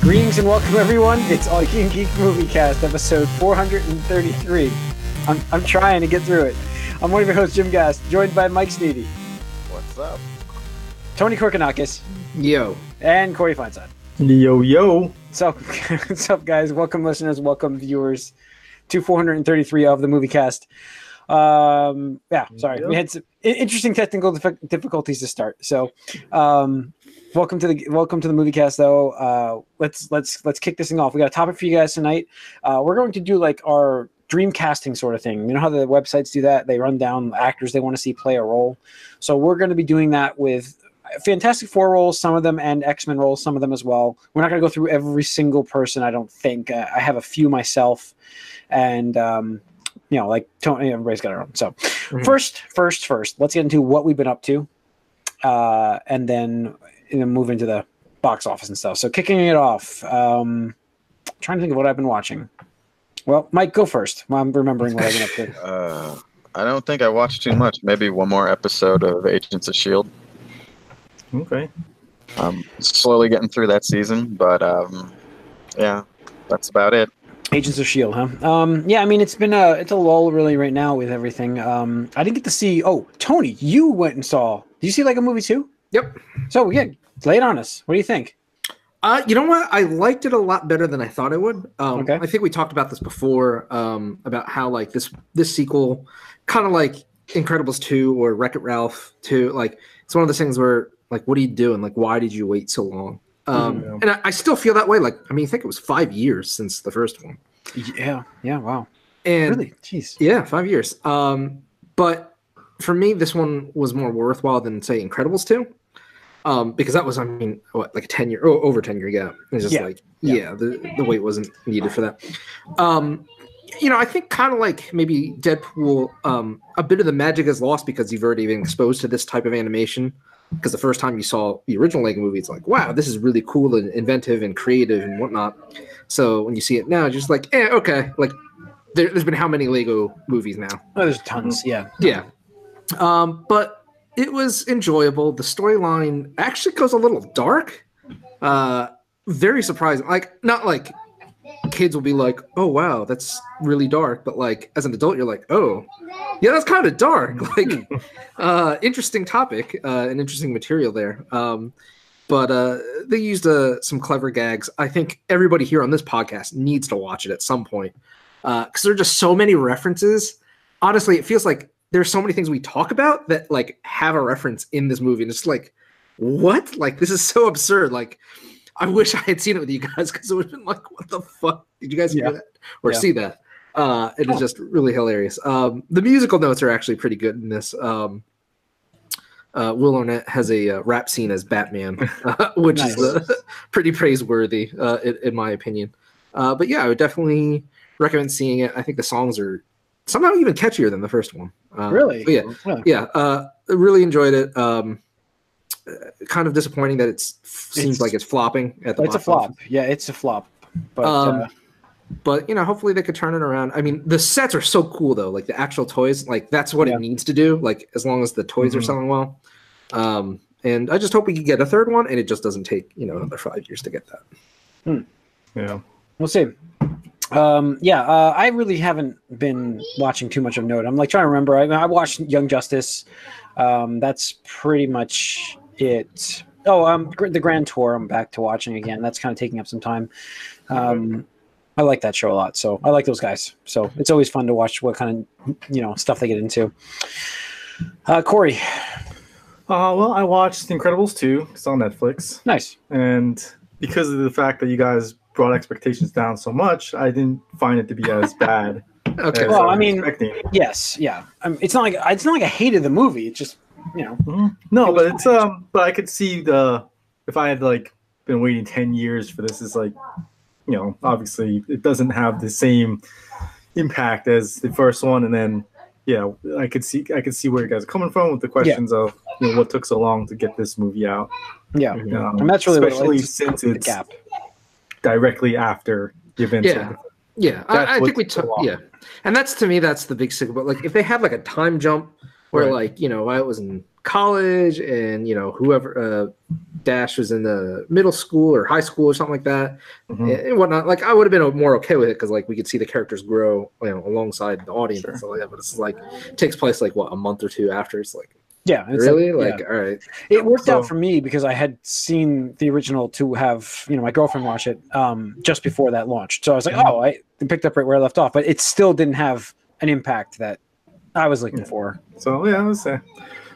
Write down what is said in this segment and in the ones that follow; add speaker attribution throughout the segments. Speaker 1: Greetings and welcome, everyone. It's All You Can Geek Movie Cast, episode 433. I'm, I'm trying to get through it. I'm one of your hosts, Jim Gass, joined by Mike Sneedy,
Speaker 2: What's up?
Speaker 1: Tony Korkanakis,
Speaker 3: Yo.
Speaker 1: and Corey Feinstein.
Speaker 3: Yo, yo.
Speaker 1: So, what's up, guys? Welcome, listeners. Welcome, viewers, to 433 of the movie cast. Um, yeah, sorry, we had some i- interesting technical dif- difficulties to start. So, um, welcome to the welcome to the movie cast. Though, uh, let's let's let's kick this thing off. We got a topic for you guys tonight. Uh, we're going to do like our dream casting sort of thing. You know how the websites do that? They run down actors they want to see play a role. So, we're going to be doing that with Fantastic Four roles, some of them, and X Men roles, some of them as well. We're not going to go through every single person, I don't think. Uh, I have a few myself, and um, you know, like Tony, everybody's got their own. So, first, first, first, let's get into what we've been up to, uh, and then and then move into the box office and stuff. So, kicking it off, um, trying to think of what I've been watching. Well, Mike, go first. I'm remembering what I've been up to.
Speaker 2: Uh, I don't think I watched too much. Maybe one more episode of Agents of Shield.
Speaker 3: Okay.
Speaker 2: E I'm slowly getting through that season, but um, yeah, that's about it.
Speaker 1: Agents of Shield, huh? Um, yeah, I mean it's been a it's a lull really right now with everything. Um, I didn't get to see. Oh, Tony, you went and saw. Did you see like a movie too?
Speaker 3: Yep.
Speaker 1: So yeah, lay it on us. What do you think?
Speaker 3: Uh, you know what? I liked it a lot better than I thought I would. Um,
Speaker 1: Okay.
Speaker 3: I think we talked about this before um, about how like this this sequel, kind of like Incredibles two or Wreck It Ralph two. Like it's one of those things where like, what do you do and like, why did you wait so long? Um,
Speaker 4: Mhm.
Speaker 3: And I, I still feel that way. Like, I mean, I think it was five years since the first one.
Speaker 1: Yeah, yeah, wow,
Speaker 3: And
Speaker 1: really, jeez.
Speaker 3: Yeah, five years. Um, but for me, this one was more worthwhile than say Incredibles two, um, because that was I mean what like a ten year oh, over ten year gap. It's just
Speaker 1: Yeah,
Speaker 3: like
Speaker 1: yeah.
Speaker 3: yeah, the the wait wasn't needed for that. Um, you know, I think kind of like maybe Deadpool, um, a bit of the magic is lost because you've already been exposed to this type of animation. Because the first time you saw the original Lego movie, it's like, wow, this is really cool and inventive and creative and whatnot. So when you see it now, it's just like, eh, okay, like there, there's been how many Lego movies now?
Speaker 1: Oh, there's tons. Yeah,
Speaker 3: Yeah. Um, but it was enjoyable. The storyline actually goes a little dark. Uh, very surprising. Like, not like kids will be like, oh, wow, that's really dark. But like, as an adult, you're like, oh, yeah, that's kind of dark. Like, uh, interesting topic, uh, and interesting material there. Um, but uh, they used uh, some clever gags. I think everybody here on this podcast needs to watch it at some point because uh, there are just so many references. Honestly, it feels like there's so many things we talk about that like have a reference in this movie, and it's like, what? Like this is so absurd. Like, I wish I had seen it with you guys because it would have been like, what the fuck? Did you guys
Speaker 1: Yeah.
Speaker 3: hear that or
Speaker 1: Yeah.
Speaker 3: see that? Uh, it is just really hilarious. Um, the musical notes are actually pretty good in this. Um, uh, Will Arnett has a uh, rap scene as Batman, uh, which is
Speaker 1: Nice.
Speaker 3: uh, pretty praiseworthy, uh, in, in my opinion. Uh, but yeah, I would definitely recommend seeing it. I think the songs are somehow even catchier than the first one. Uh,
Speaker 1: really.
Speaker 3: but Yeah, yeah. Uh, I really enjoyed it. Um, uh, kind of disappointing that it's seems
Speaker 1: It's-
Speaker 3: like it's flopping at the
Speaker 1: it's a
Speaker 3: box office.
Speaker 1: flop. Yeah, it's a flop. But
Speaker 3: Um,
Speaker 1: uh,
Speaker 3: but you know hopefully they could turn it around i mean the sets are so cool though like the actual toys like that's what
Speaker 1: Yeah. Mm-hmm.
Speaker 3: it needs to do like as long as the toys are
Speaker 4: Mhm.
Speaker 3: selling well um and i just hope we can get a third one and it just doesn't take you know another five years to get that
Speaker 4: Yeah.
Speaker 1: we'll see. Um, yeah, uh, I really haven't been watching too much of note. I'm like trying to remember. I, I watched Young Justice. Um, that's pretty much it. Oh, um, Gr- the Grand Tour. I'm back to watching again. That's kind of taking up some time. Um, I like that show a lot. So I like those guys. So it's always fun to watch what kind of you know stuff they get into. Uh, Corey,
Speaker 4: Uh, well, I watched The Incredibles 2. It's on Netflix.
Speaker 1: nice.
Speaker 4: And because of the fact that you guys brought expectations down so much, I didn't find it to be as bad.
Speaker 3: okay
Speaker 4: as
Speaker 1: Well, I
Speaker 4: was
Speaker 1: mean-
Speaker 4: expecting.
Speaker 1: Yes, yeah. Um, it's not like it's not like I hated the movie. It's just you know.
Speaker 4: Mhm.
Speaker 1: It
Speaker 4: No,
Speaker 1: was
Speaker 4: but it's um, but I could see the if I had like been waiting ten years for this, is like, you know, obviously it doesn't have the same impact as the first one, and then yeah, I could see I could see where you guys are coming from with the questions of you know, what took so long to get this movie out,
Speaker 1: Yeah,
Speaker 4: you know,
Speaker 1: and that's really what it
Speaker 4: especially
Speaker 1: was,
Speaker 4: since
Speaker 1: the
Speaker 4: it's
Speaker 1: gap.
Speaker 4: directly after the events. of
Speaker 3: Yeah.
Speaker 4: the-
Speaker 3: yeah
Speaker 4: That's
Speaker 3: I, I think
Speaker 4: what's
Speaker 3: we
Speaker 4: so
Speaker 3: took
Speaker 4: long.
Speaker 3: yeah and that's to me that's the big signal but like if they had like a time jump where
Speaker 4: Right.
Speaker 3: like you know I was in college and you know whoever uh, Dash was in the middle school or high school or something like that
Speaker 4: Mhm.
Speaker 3: and- and whatnot. Like I would have been more okay with it because like we could see the characters grow you know alongside the audience
Speaker 4: Sure.
Speaker 3: and stuff like that. But it's like takes place like what a month or two after. It's like
Speaker 1: Yeah, it's
Speaker 3: really
Speaker 1: yeah.
Speaker 3: like all right
Speaker 1: it worked out
Speaker 4: So-
Speaker 1: for me because I had seen the original to have you know my girlfriend watch it um, just before that launched. So I was
Speaker 4: Mm-hmm.
Speaker 1: like, oh, I it picked up right where I left off, but it still didn't have an impact that I was looking
Speaker 4: Yeah.
Speaker 1: for.
Speaker 4: So yeah, I would say.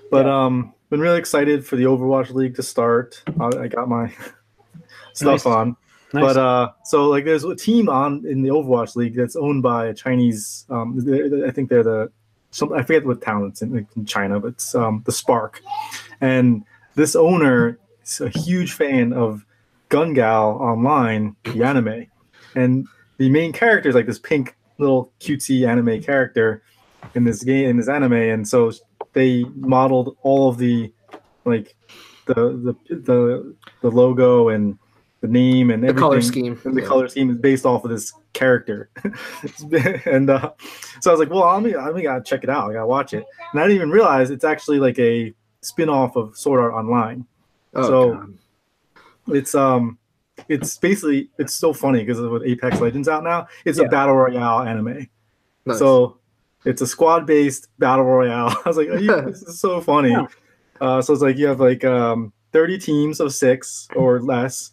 Speaker 4: But um, been really excited for the Overwatch League to start. I, I got my stuff
Speaker 1: Nice.
Speaker 4: on.
Speaker 1: Nice.
Speaker 4: But uh, so like, there's a team on in the Overwatch League that's owned by a Chinese. Um, they're- they're- I think they're the some. I forget what town it's in, like, in China, but it's um, the Spark, and this owner is a huge fan of Gun Gal Online, the anime, and the main character is like this pink little cutesy anime character in this game in this anime, and so they modeled all of the like the the the, the logo and the name and
Speaker 3: the
Speaker 4: everything
Speaker 3: color scheme.
Speaker 4: and the
Speaker 3: Yeah.
Speaker 4: color scheme is based off of this character. It's been- and uh, so I was like, well, I'm, I'm gotta check it out. I gotta watch it. And I didn't even realize it's actually like a spin off of Sword Art Online.
Speaker 3: Oh,
Speaker 4: so-
Speaker 3: God.
Speaker 4: It's um, it's basically it's so funny because with Apex Legends out now, it's
Speaker 1: Yeah.
Speaker 4: a battle royale anime.
Speaker 3: Nice.
Speaker 4: So it's a squad based battle royale. I was like, Are you, this is so funny.
Speaker 1: Yeah.
Speaker 4: Uh, so it's like you have like um, 30 teams of six or less.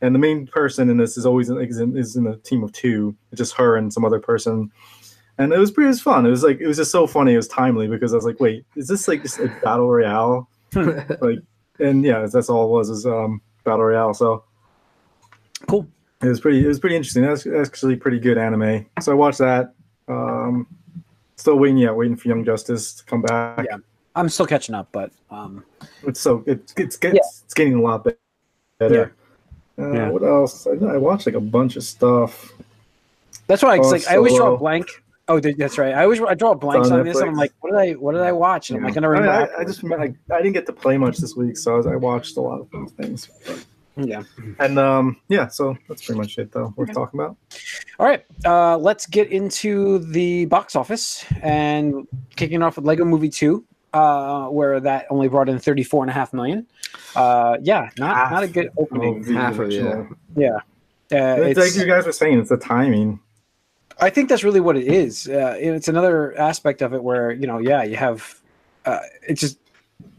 Speaker 4: And the main person in this is always in, is in, is in a team of two, It's just her and some other person. And it was pretty it was fun. It was like it was just so funny. It was timely because I was like, wait, is this like just a battle royale? like, and yeah, that's all it was is um, battle royale. So
Speaker 1: Cool.
Speaker 4: it was pretty. It was pretty interesting. That's actually pretty good anime. So I watched that. Um, still waiting. Yeah, waiting for Young Justice to come back.
Speaker 1: Yeah. I'm still catching up, but um,
Speaker 4: It's so it, it's it's, it's getting a lot better. Uh,
Speaker 1: Yeah.
Speaker 4: What else? I, I watched like a bunch of stuff.
Speaker 1: that's why I,
Speaker 4: Oh,
Speaker 1: like, I always draw a
Speaker 4: Solo.
Speaker 1: blank. Oh, th- that's right. I always I draw blanks
Speaker 4: on
Speaker 1: on this, and I'm
Speaker 4: Netflix.
Speaker 1: like, what did I what did I watch? And I'm like, I never
Speaker 4: I, mean,
Speaker 1: remember.
Speaker 4: I- I
Speaker 1: afterwards.
Speaker 4: just remember, I, I didn't get to play much this week, so I, was, I watched a lot of things.
Speaker 1: yeah.
Speaker 4: And um, yeah, so that's pretty much it though. We're talking about.
Speaker 1: All right, uh, let's get into the box office and kicking off with Lego Movie 2, uh, where that only brought in 34.5 million. Uh, yeah, not,
Speaker 4: Half
Speaker 1: not a good opening.
Speaker 4: the
Speaker 3: half of it,
Speaker 4: original.
Speaker 1: Uh,
Speaker 4: And It's
Speaker 1: it's-
Speaker 4: like you guys were saying, it's the timing.
Speaker 1: I think that's really what it is. Uh, and it's another aspect of it where, you know, yeah, you have uh, it's just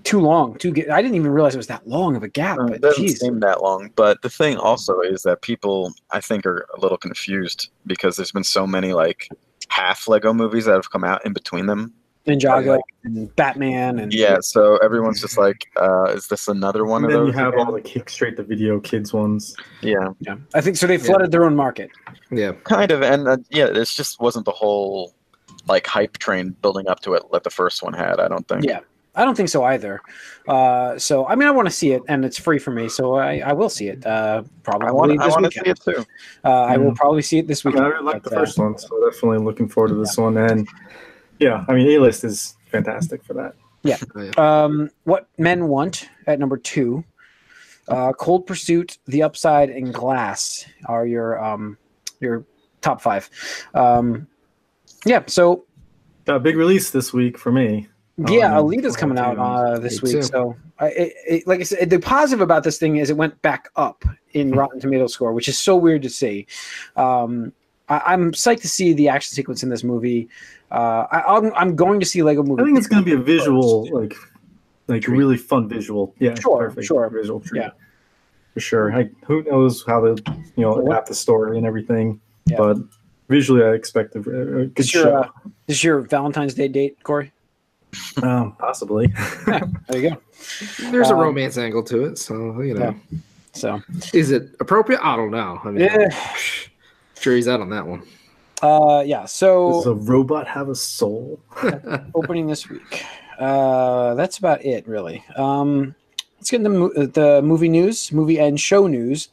Speaker 1: too long. Too ga- I didn't even realize it was that long of a
Speaker 4: Ah,
Speaker 1: gap.
Speaker 2: Uh,
Speaker 1: but
Speaker 2: it doesn't
Speaker 1: geez.
Speaker 2: seem that long, but the thing also is that people, I think, are a little confused because there's been so many like half Lego movies that have come out in between them.
Speaker 1: Ninjago
Speaker 2: like-
Speaker 1: and Batman and
Speaker 2: Yeah, so everyone's just like, uh, "Is this another one
Speaker 4: And
Speaker 2: of
Speaker 4: then you
Speaker 2: those?"
Speaker 4: have
Speaker 2: again?
Speaker 4: all the kick straight to video kids ones.
Speaker 2: yeah,
Speaker 1: yeah. I think so they flooded their own market.
Speaker 3: yeah,
Speaker 2: kind of, and uh, yeah, this just wasn't the whole like hype train building up to it that the first one had. I don't think.
Speaker 1: Yeah. I don't think so either. Uh, so I mean, I want to see it, and it's free for me, so I, I will see it. Uh, probably
Speaker 2: I want. I
Speaker 1: this
Speaker 2: want to
Speaker 1: weekend.
Speaker 2: see it too.
Speaker 1: Uh, I will probably see it this
Speaker 4: Mm. I, mean,
Speaker 1: weekend.
Speaker 4: I really like the
Speaker 1: but, uh,
Speaker 4: first one, so definitely looking forward to this one. And yeah, I mean, A list is fantastic for that.
Speaker 3: Oh, yeah.
Speaker 1: Um, what men want at number two, uh, Cold Pursuit, The Upside, and Glass are your um, your top five. Um, yeah, so
Speaker 4: Got a Uh, big release this week for me. Oh,
Speaker 1: yeah,
Speaker 4: and
Speaker 1: Alita's coming out uh, this
Speaker 3: Me
Speaker 1: week.
Speaker 3: too.
Speaker 1: So, I, it, it, like I said, the positive about this thing is it went back up in Rotten Tomato score, which is so weird to see. Um, I, I'm psyched to see the action sequence in this movie. Uh, I, I'm, I'm going to see Lego Movie.
Speaker 4: I think it's going to be a visual, like, like
Speaker 2: Treat.
Speaker 4: really fun visual. Yeah,
Speaker 1: Sure,
Speaker 4: perfect
Speaker 1: sure.
Speaker 4: visual. Treat.
Speaker 1: Yeah.
Speaker 4: for sure. Like, who knows how to, you know,
Speaker 1: What-
Speaker 4: adapt the story and everything,
Speaker 1: Yeah.
Speaker 4: but visually, I expect a, a good
Speaker 1: Is your,
Speaker 4: show.
Speaker 1: uh, this is your Valentine's Day date, Corey. uh,
Speaker 4: Um, possibly.
Speaker 1: There you go.
Speaker 3: there's
Speaker 1: um,
Speaker 3: a romance angle to it, so you know,
Speaker 1: So.
Speaker 3: is it appropriate? I don't know. I mean,
Speaker 1: Yeah.
Speaker 3: jury's out on that one.
Speaker 1: Uh, yeah.
Speaker 4: Does
Speaker 1: So
Speaker 4: a robot have a soul?
Speaker 1: opening this week. Uh, that's about it, really. Um, let's get into mo- uh, the movie news, movie and show news.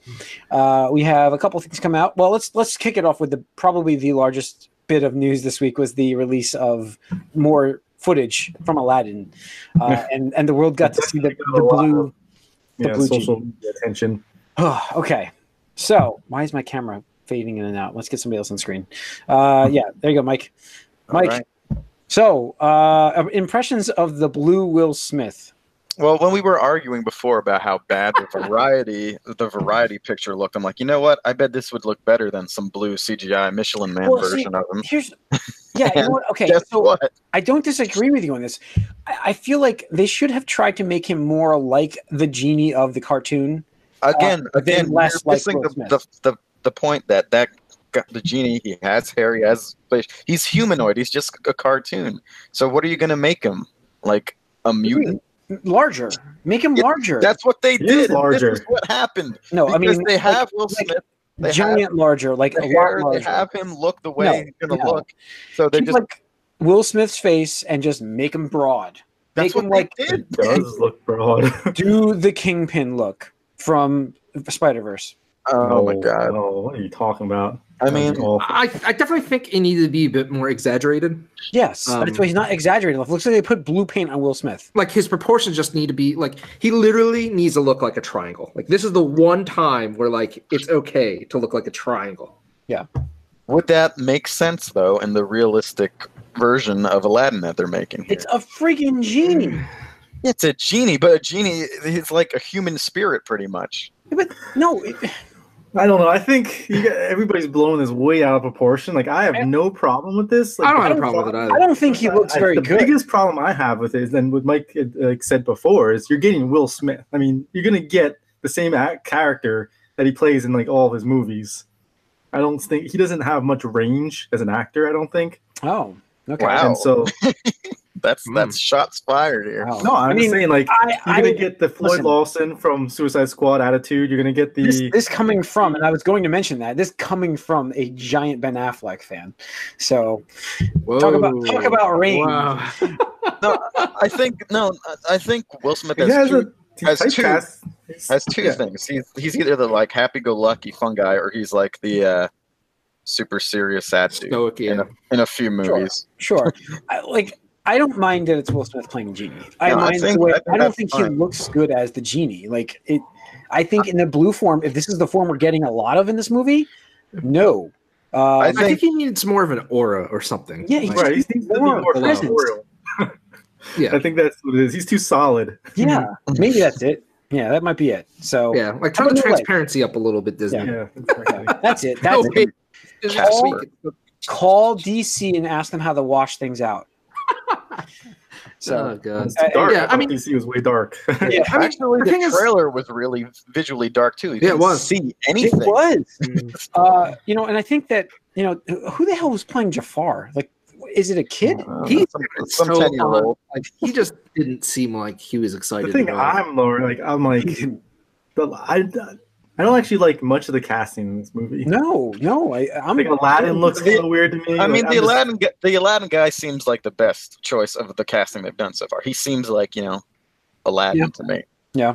Speaker 1: Uh, we have a couple things come out. Well, let's let's kick it off with the probably the largest bit of news this week was the release of more footage from Aladdin, uh, and and the world got to see the, the blue. The
Speaker 4: Yeah,
Speaker 1: blue
Speaker 4: social media attention.
Speaker 1: Oh, okay. So why is my camera fading in and out? Let's get somebody else on screen. Uh, yeah, there you go, Mike.
Speaker 2: All
Speaker 1: Mike,
Speaker 2: right.
Speaker 1: So, uh, impressions of the blue Will Smith.
Speaker 2: Well, when we were arguing before about how bad the variety the variety picture looked, I'm like, you know what? I bet this would look better than some blue CGI Michelin Man
Speaker 1: Well, see,
Speaker 2: version of him.
Speaker 1: Here's, yeah, you know what? okay.
Speaker 2: Guess
Speaker 1: so
Speaker 2: what?
Speaker 1: I don't disagree with you on this. I, I feel like they should have tried to make him more like the genie of the cartoon.
Speaker 2: Again, again,
Speaker 1: uh, less
Speaker 2: you're
Speaker 1: like
Speaker 2: missing
Speaker 1: Will
Speaker 2: the,
Speaker 1: Smith.
Speaker 2: the, the the point that that guy- the genie he has hair, he has face. He's humanoid. He's just a cartoon. So what are you gonna make him like a mutant?
Speaker 1: Larger, make him
Speaker 2: Yeah,
Speaker 1: larger.
Speaker 2: That's what they
Speaker 4: He
Speaker 2: did.
Speaker 4: is
Speaker 2: and
Speaker 4: larger.
Speaker 2: This is Oh, what happened.
Speaker 1: no, I
Speaker 2: Because
Speaker 1: mean
Speaker 2: they
Speaker 1: like,
Speaker 2: have Will
Speaker 1: like,
Speaker 2: Smith. they have
Speaker 1: giant larger, like
Speaker 2: the
Speaker 1: a
Speaker 2: hair,
Speaker 1: lot
Speaker 2: they
Speaker 1: larger.
Speaker 2: have him look the way he's gonna
Speaker 1: no.
Speaker 2: look. So they
Speaker 1: Keep,
Speaker 2: just
Speaker 1: like Will Smith's face and just make him broad. make
Speaker 2: that's what
Speaker 1: him,
Speaker 2: they
Speaker 1: like,
Speaker 2: did.
Speaker 4: It does look broad.
Speaker 1: Do the kingpin look from Spider Verse.
Speaker 2: Oh my
Speaker 4: No,
Speaker 2: god.
Speaker 4: no, what are you talking about?
Speaker 2: I mean,
Speaker 4: Awful.
Speaker 3: I, I definitely think it needed to be a bit more exaggerated.
Speaker 1: Yes, that's
Speaker 3: Um,
Speaker 1: why he's not exaggerating enough. Looks like they put blue paint on Will Smith.
Speaker 3: Like his proportions just need to be like he literally needs to look like a triangle. Like this is the one time where like it's okay to look like a triangle.
Speaker 2: would that make sense though in the realistic version of Aladdin that they're making? Here?
Speaker 1: It's a freaking genie.
Speaker 2: It's a genie, but a genie is like a human spirit, pretty much.
Speaker 1: But no, it-
Speaker 4: I don't know. I think you got, everybody's blowing this way out of proportion. Like I have no problem with this. Like,
Speaker 3: I don't have a problem with it either.
Speaker 1: I don't think he looks
Speaker 4: I-
Speaker 1: very
Speaker 4: the
Speaker 1: good.
Speaker 4: biggest problem I have with it is, and what Mike had, like, said before, is you're getting Will Smith. I mean, you're gonna get the same act, character that he plays in like all of his movies. I don't think he doesn't have much range as an actor. I don't think.
Speaker 1: Oh, okay.
Speaker 2: Wow.
Speaker 4: And so
Speaker 2: That's
Speaker 3: Mm.
Speaker 2: that's shots fired here.
Speaker 1: Wow.
Speaker 4: no,
Speaker 1: Oh.
Speaker 4: I'm
Speaker 1: I
Speaker 4: just
Speaker 1: mean,
Speaker 4: saying like
Speaker 1: I,
Speaker 4: you're
Speaker 1: I
Speaker 4: gonna get the Floyd
Speaker 1: listen.
Speaker 4: Lawson from Suicide Squad attitude. You're gonna get the
Speaker 1: this, this coming from, and I was going to mention that this coming from a giant Ben Affleck fan. So talk about talk about range.
Speaker 3: Wow.
Speaker 2: I think no, I think Will Smith
Speaker 4: he
Speaker 2: has
Speaker 4: has
Speaker 2: two,
Speaker 4: a he
Speaker 2: has two-
Speaker 4: typecast-
Speaker 2: has two
Speaker 4: yeah.
Speaker 2: things. He's he's either the like happy-go-lucky fun guy, or he's like the uh, super serious sad dude
Speaker 3: Stoic, yeah.
Speaker 2: in, a, in a few
Speaker 1: Sure.
Speaker 2: movies.
Speaker 1: Sure, I, like I don't mind that it's Will Smith playing genie. I
Speaker 2: No, I
Speaker 1: mind
Speaker 2: think-
Speaker 1: the way I,
Speaker 2: I think
Speaker 1: don't
Speaker 2: that's
Speaker 1: think he
Speaker 2: fine.
Speaker 1: looks good as the genie. Like it, I think in the blue form, if this is the form we're getting a lot of in this movie, no. Um,
Speaker 2: I
Speaker 3: I think he needs more of an aura or something.
Speaker 1: Yeah, he
Speaker 3: Like,
Speaker 4: Right, he needs to be
Speaker 1: More
Speaker 4: more
Speaker 1: presence.
Speaker 4: corporeal.
Speaker 3: yeah,
Speaker 4: I think that's what it is. He's too solid.
Speaker 1: yeah, maybe that's it. Yeah, that might be it. So
Speaker 3: yeah. Like turn
Speaker 1: don't know,
Speaker 3: the
Speaker 1: like-
Speaker 3: transparency up a little bit, Disney.
Speaker 4: Yeah, exactly.
Speaker 1: that's it. That's
Speaker 3: No,
Speaker 1: it.
Speaker 3: wait. This is
Speaker 2: Casper.
Speaker 3: week.
Speaker 1: Call DC and ask them how to wash things out. So
Speaker 3: oh god.
Speaker 4: It's dark.
Speaker 3: yeah, I
Speaker 4: I, mean,
Speaker 3: mean-
Speaker 4: DC was way dark.
Speaker 1: Yeah,
Speaker 3: I mean,
Speaker 2: Uh, Actually,
Speaker 3: the
Speaker 2: the,
Speaker 3: thing is-
Speaker 2: trailer was really visually dark too. You
Speaker 3: Yeah, it
Speaker 2: couldn't
Speaker 3: was.
Speaker 2: See anything?
Speaker 1: It was. uh, you know, and I think that you know who- who the hell was playing Jafar? Like, is it a kid?
Speaker 2: Uh,
Speaker 3: He-
Speaker 2: some,
Speaker 3: it's
Speaker 2: some
Speaker 3: so
Speaker 2: ten year old.
Speaker 3: He just didn't seem like he was excited.
Speaker 4: the thing
Speaker 3: at all.
Speaker 4: I'm lower, like I'm like, the, I, I don't actually like much of the casting in this movie.
Speaker 1: No, no. I, I'm
Speaker 4: Like Aladdin looks
Speaker 2: The-
Speaker 4: kind of weird to me.
Speaker 2: I
Speaker 4: Like,
Speaker 2: mean,
Speaker 4: I'm
Speaker 2: the
Speaker 4: just-
Speaker 2: Aladdin, gu- the Aladdin guy seems like the best choice of the casting they've done so far. He seems like you know, Aladdin
Speaker 1: Yeah.
Speaker 2: to me.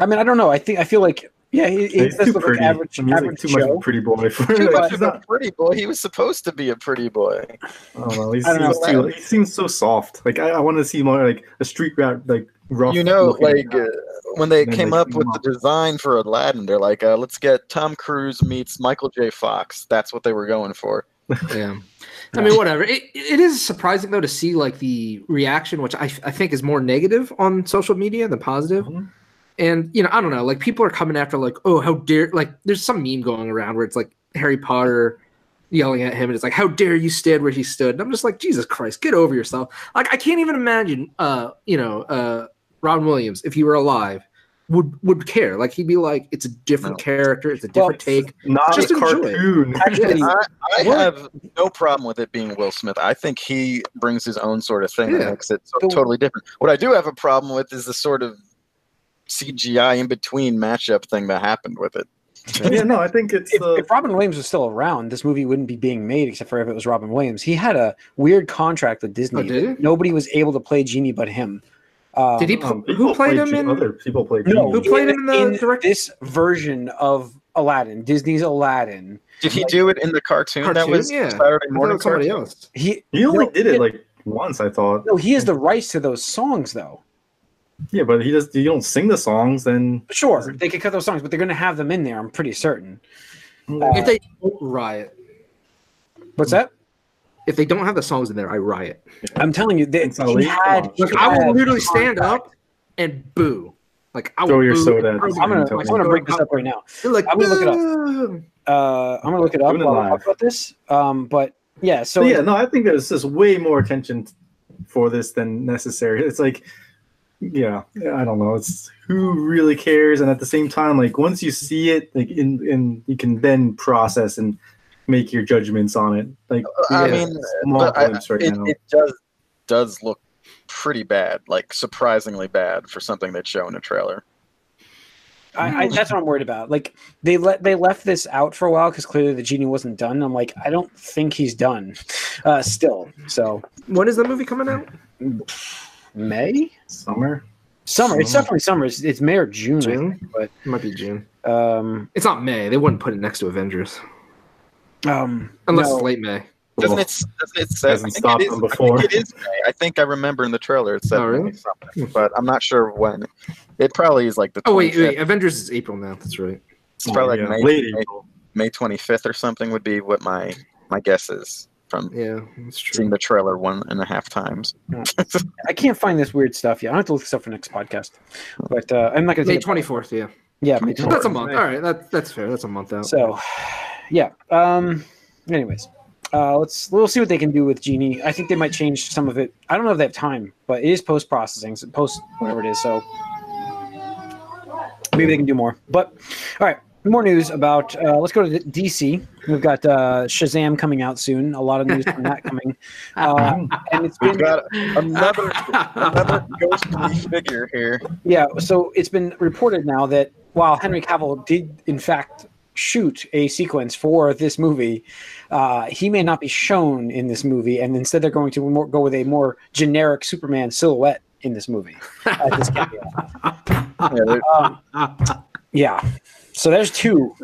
Speaker 1: I mean, I don't know. I think I feel like yeah, he, he
Speaker 4: He's
Speaker 1: does
Speaker 4: too
Speaker 1: look like
Speaker 4: pretty.
Speaker 1: average,
Speaker 4: I mean, he's like
Speaker 1: average
Speaker 4: too much of
Speaker 1: Joe.
Speaker 4: a pretty boy for
Speaker 2: Too
Speaker 4: like,
Speaker 2: much
Speaker 4: he's
Speaker 2: of a
Speaker 4: not,
Speaker 2: pretty boy. He was supposed to be a pretty boy.
Speaker 4: I don't know. He
Speaker 1: I don't know.
Speaker 4: seems too. Like, he seems so soft. Like I, I want to see more like a street rat, like rough.
Speaker 2: You know,
Speaker 4: looking
Speaker 2: like
Speaker 4: guy.
Speaker 2: uh, when they
Speaker 4: And then
Speaker 2: came
Speaker 4: they
Speaker 2: up
Speaker 4: clean
Speaker 2: with
Speaker 4: him
Speaker 2: the design for Aladdin, they're like, uh, "Let's get Tom Cruise meets Michael J. Fox." That's what they were going for.
Speaker 3: Yeah. I mean, whatever. It, it is surprising though to see like the reaction, which I, I think is more negative on social media than positive.
Speaker 4: Mhm.
Speaker 3: And you know, I don't know. Like people are coming after like, oh, how dare like there's some meme going around where it's like Harry Potter yelling at him, and it's like, how dare you stand where he stood? And I'm just like, Jesus Christ, get over yourself. Like I can't even imagine, uh, you know, uh, Ron Williams if he were alive. Would would care? Like he'd be like, it's a different
Speaker 2: No.
Speaker 3: character, it's a
Speaker 1: Well,
Speaker 3: different take.
Speaker 4: not
Speaker 3: just
Speaker 4: a
Speaker 3: enjoy it.
Speaker 4: cartoon.
Speaker 1: Actually,
Speaker 2: I, I
Speaker 1: What?
Speaker 2: have no problem with it being Will Smith. I think he brings his own sort of thing
Speaker 3: Yeah.
Speaker 2: that makes it so,
Speaker 1: The-
Speaker 2: totally different. What I do have a problem with is the sort of CGI in between matchup thing that happened with it.
Speaker 4: Yeah, no, I think it's
Speaker 1: if,
Speaker 4: uh,
Speaker 1: if Robin Williams was still around, this movie wouldn't be being made except for if it was Robin Williams. He had a weird contract with Disney.
Speaker 3: Oh, did he?
Speaker 1: Nobody was able to play Genie but him. Um,
Speaker 3: Did he? pl-
Speaker 4: um, people
Speaker 3: who played him
Speaker 4: Ju-
Speaker 3: in?
Speaker 4: other people played
Speaker 1: No,
Speaker 4: Genie.
Speaker 3: Who played him in the direct-
Speaker 1: this version of Aladdin? Disney's Aladdin.
Speaker 2: Did he do it in the cartoon? that
Speaker 3: Cartoon?
Speaker 2: was
Speaker 3: Yeah.
Speaker 2: Saturday
Speaker 3: I thought it
Speaker 2: morning.
Speaker 3: was somebody
Speaker 2: cartoon?
Speaker 3: else.
Speaker 1: He
Speaker 4: He only
Speaker 1: No,
Speaker 4: did it
Speaker 1: yeah.
Speaker 4: like once, I thought.
Speaker 1: no, he has the rights to those songs though.
Speaker 4: Yeah, but he does. You don't sing the songs, then
Speaker 1: Sure, they could cut those songs, but they're going to have them in there. I'm pretty certain.
Speaker 4: Mm,
Speaker 3: If they don't riot,
Speaker 1: What's that?
Speaker 3: If they don't have the songs in there, I riot.
Speaker 1: I'm telling you, they,
Speaker 4: It's a
Speaker 1: he
Speaker 4: leak
Speaker 1: had,
Speaker 4: launch.
Speaker 1: he
Speaker 3: Like, I
Speaker 1: had-
Speaker 3: will literally stand up and boo. Like I will
Speaker 4: Throw your
Speaker 3: boo
Speaker 4: soda
Speaker 3: and
Speaker 4: at the
Speaker 3: throw
Speaker 1: I'm gonna,
Speaker 4: Tell
Speaker 1: I'm
Speaker 4: me.
Speaker 1: gonna break this up right now.
Speaker 3: They're Like
Speaker 1: I'm gonna look it up.
Speaker 3: "Boo."
Speaker 1: Uh, I'm gonna look it up
Speaker 4: Doing it
Speaker 1: while we
Speaker 4: live.
Speaker 1: talk about this. Um, but yeah, so
Speaker 4: But yeah, no, I think there's just way more attention for this than necessary. It's like, yeah, I don't know. It's who really cares, and at the same time, like once you see it, like in in you can then process and make your judgments on it. Like
Speaker 2: Uh, I
Speaker 3: Yeah.
Speaker 2: mean,
Speaker 4: small
Speaker 2: but I-
Speaker 4: glimpse right
Speaker 2: it,
Speaker 4: now.
Speaker 2: it does does look pretty bad, like surprisingly bad for something that's shown in a trailer.
Speaker 1: I, I, that's what I'm worried about. Like they let they left this out for a while because clearly the genie wasn't done. I'm like, I don't think he's done, uh, still. So
Speaker 3: When is the movie coming out?
Speaker 1: May,
Speaker 4: summer.
Speaker 1: summer. It's
Speaker 4: Summer.
Speaker 1: definitely summer. It's, it's May or June. I
Speaker 3: June?
Speaker 1: think,
Speaker 3: It might be June.
Speaker 1: but um,
Speaker 3: It's not May. They wouldn't put it next to Avengers
Speaker 1: um,
Speaker 3: unless
Speaker 1: no.
Speaker 3: it's late May.
Speaker 2: Doesn't
Speaker 4: Well,
Speaker 2: it? Doesn't it say? I
Speaker 4: hasn't
Speaker 2: think
Speaker 4: stopped
Speaker 2: it is,
Speaker 4: them
Speaker 2: I
Speaker 4: before.
Speaker 2: think it is May. I think I remember in the trailer it said
Speaker 3: Oh, really?
Speaker 2: May something, but I'm not sure when. It probably is like the.
Speaker 3: Oh wait,
Speaker 2: 25th.
Speaker 3: wait. Avengers is April now. That's right.
Speaker 2: It's probably
Speaker 4: Oh, Yeah,
Speaker 2: like May,
Speaker 4: late
Speaker 2: May,
Speaker 4: April.
Speaker 2: May 25th or something would be what my my guess is from
Speaker 3: Yeah, that's
Speaker 2: seeing
Speaker 3: true.
Speaker 2: the trailer one and a half times.
Speaker 1: I can't find this weird stuff yet. I will have to look this up for next podcast. But uh, I'm not gonna
Speaker 3: May
Speaker 1: take it-
Speaker 3: twenty fourth. Yeah,
Speaker 1: Yeah, May
Speaker 3: that's a
Speaker 1: 24th.
Speaker 3: month. All right, that, that's fair. That's a month out.
Speaker 1: So, yeah. Um. Anyways, uh, let's we'll see what they can do with Genie. I think they might change some of it. I don't know if they have time, but it is post processing, so post whatever it is. So maybe they can do more. But all right, more news about. Uh, let's go to the DC. We've got uh, Shazam coming out soon. A lot of news from that coming, uh, and it's
Speaker 2: We've
Speaker 1: been
Speaker 2: got another another ghostly figure here.
Speaker 1: Yeah, so it's been reported now that while Henry Cavill did in fact shoot a sequence for this movie, uh, he may not be shown in this movie, and instead they're going to more, go with a more generic Superman silhouette in this movie. as his cameo.
Speaker 2: Yeah, there-
Speaker 1: Um, yeah, so there's two,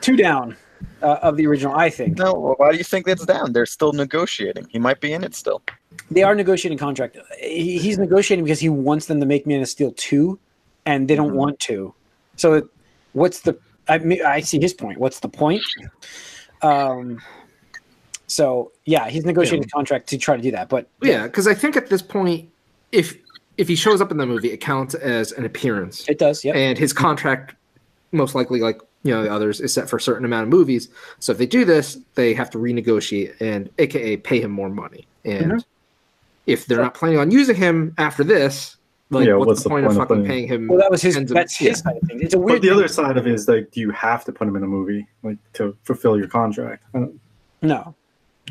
Speaker 1: two down uh, of the original. I think
Speaker 2: no, well, why do you think that's down? They're still negotiating. He might be in it still.
Speaker 1: they are negotiating contract. He, he's negotiating because he wants them to make Man of Steel two, and they don't
Speaker 2: Mhm.
Speaker 4: Mm-hmm.
Speaker 1: want to. So, it- what's the? I mean, I see his point. What's the point? Um. So yeah, he's negotiating a contract to try to do that, but
Speaker 3: yeah, because I think at this point, if if he shows up in the movie, it counts as an appearance,
Speaker 1: it does. Yep.
Speaker 3: and his contract, most likely, like you know the others, is set for a certain amount of movies. So if they do this, they have to renegotiate and AKA pay him more money. And
Speaker 1: Mm-hmm.
Speaker 3: if they're not planning on using him after this, like
Speaker 4: Yeah,
Speaker 3: what's, the, point, of fucking
Speaker 4: putting-
Speaker 3: paying him?
Speaker 1: Well, that was his.
Speaker 3: tens of-
Speaker 1: That's
Speaker 3: yeah.
Speaker 1: his side of things. It's a
Speaker 4: But
Speaker 1: weird.
Speaker 4: the
Speaker 1: thing.
Speaker 4: other side of it is like, do you have to put him in a movie like to fulfill your contract? I don't
Speaker 1: No,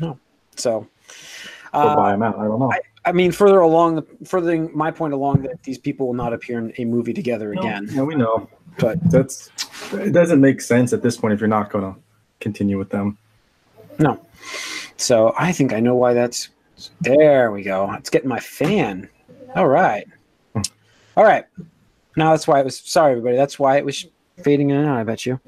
Speaker 1: no. So.
Speaker 4: or
Speaker 1: Uh,
Speaker 4: buy him out. I don't know.
Speaker 1: I mean, further along, the, furthering my point along that these people will not appear in a movie together
Speaker 4: No,
Speaker 1: again.
Speaker 4: yeah, we know,
Speaker 1: But-
Speaker 4: that's it doesn't make sense at this point if you're not going to continue with them.
Speaker 1: So I think I know why that's there we go. It's getting my fan. All right. All right. Now that's why it was sorry everybody. That's why it was fading in and out, I bet you.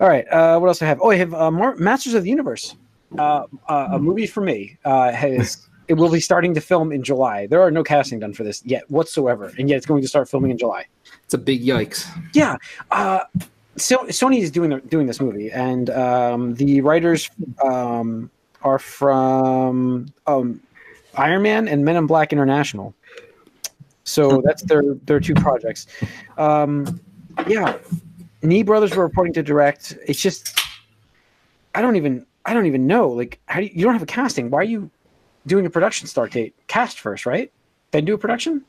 Speaker 1: All right. Uh, what else do I have? Oh, I have uh, more Masters of the Universe. Uh, uh, a movie for me. Uh, has it will be starting to film in July. There are no casting done for this yet whatsoever, and yet it's going to start filming in July.
Speaker 3: It's a big yikes.
Speaker 1: Yeah. Uh, so Sony is doing doing this movie, and um, the writers um, are from um, Iron Man and Men in Black International. So that's their their two projects. Um, yeah, Nee brothers were reporting to direct. It's just I don't even I don't even know. Like, how do you, you don't have a casting? Why are you doing a production start date? Cast first, right? Then do a production.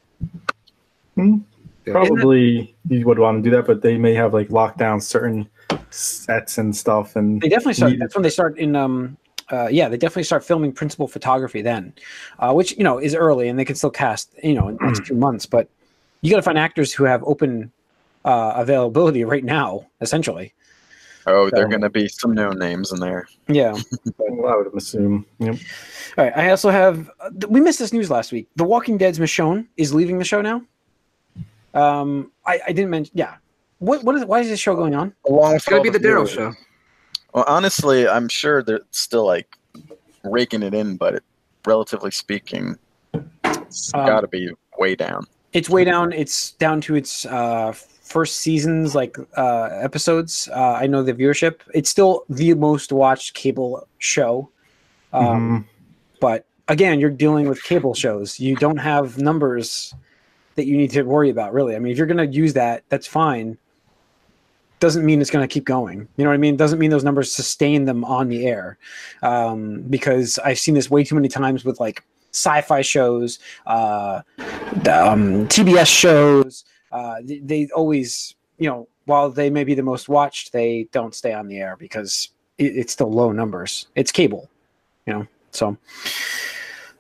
Speaker 3: Yeah.
Speaker 4: Probably you would want to do that, but they may have like locked down certain sets and stuff. And
Speaker 1: They definitely start.
Speaker 4: Yeah.
Speaker 1: That's when they start in. Um, uh, yeah, they definitely start filming principal photography then, uh, which you know is early, and they can still cast you know in the next two months. But you got to find actors who have open uh, availability right now, essentially.
Speaker 2: Oh, there are
Speaker 1: So-
Speaker 2: going to be some known names in there.
Speaker 1: Yeah.
Speaker 4: well, I would assume. Yep.
Speaker 1: All right. I also have. Uh, th- we missed this news last week. The Walking Dead's Michonne is leaving the show now. Um, I, I didn't mention. Yeah. What what is why is this show going on?
Speaker 2: Along
Speaker 3: It's gonna be the Daryl show.
Speaker 2: Well, honestly, I'm sure they're still like raking it in, but it, relatively speaking, it's
Speaker 1: Um,
Speaker 2: got to be way down.
Speaker 1: It's way down. It's down to its uh, first season's like uh, episodes. Uh, I know the viewership. It's still the most watched cable show. Um,
Speaker 4: Mhm.
Speaker 1: But again, you're dealing with cable shows. You don't have numbers that you need to worry about, really. I mean, if you're going to use that, that's fine. Doesn't mean it's going to keep going. You know what I mean? Doesn't mean those numbers sustain them on the air. Um, because I've seen this way too many times with like sci-fi shows, uh, the, um, TBS shows. Uh, they, they always, you know, while they may be the most watched, they don't stay on the air because it, it's still low numbers. It's cable, you know. So,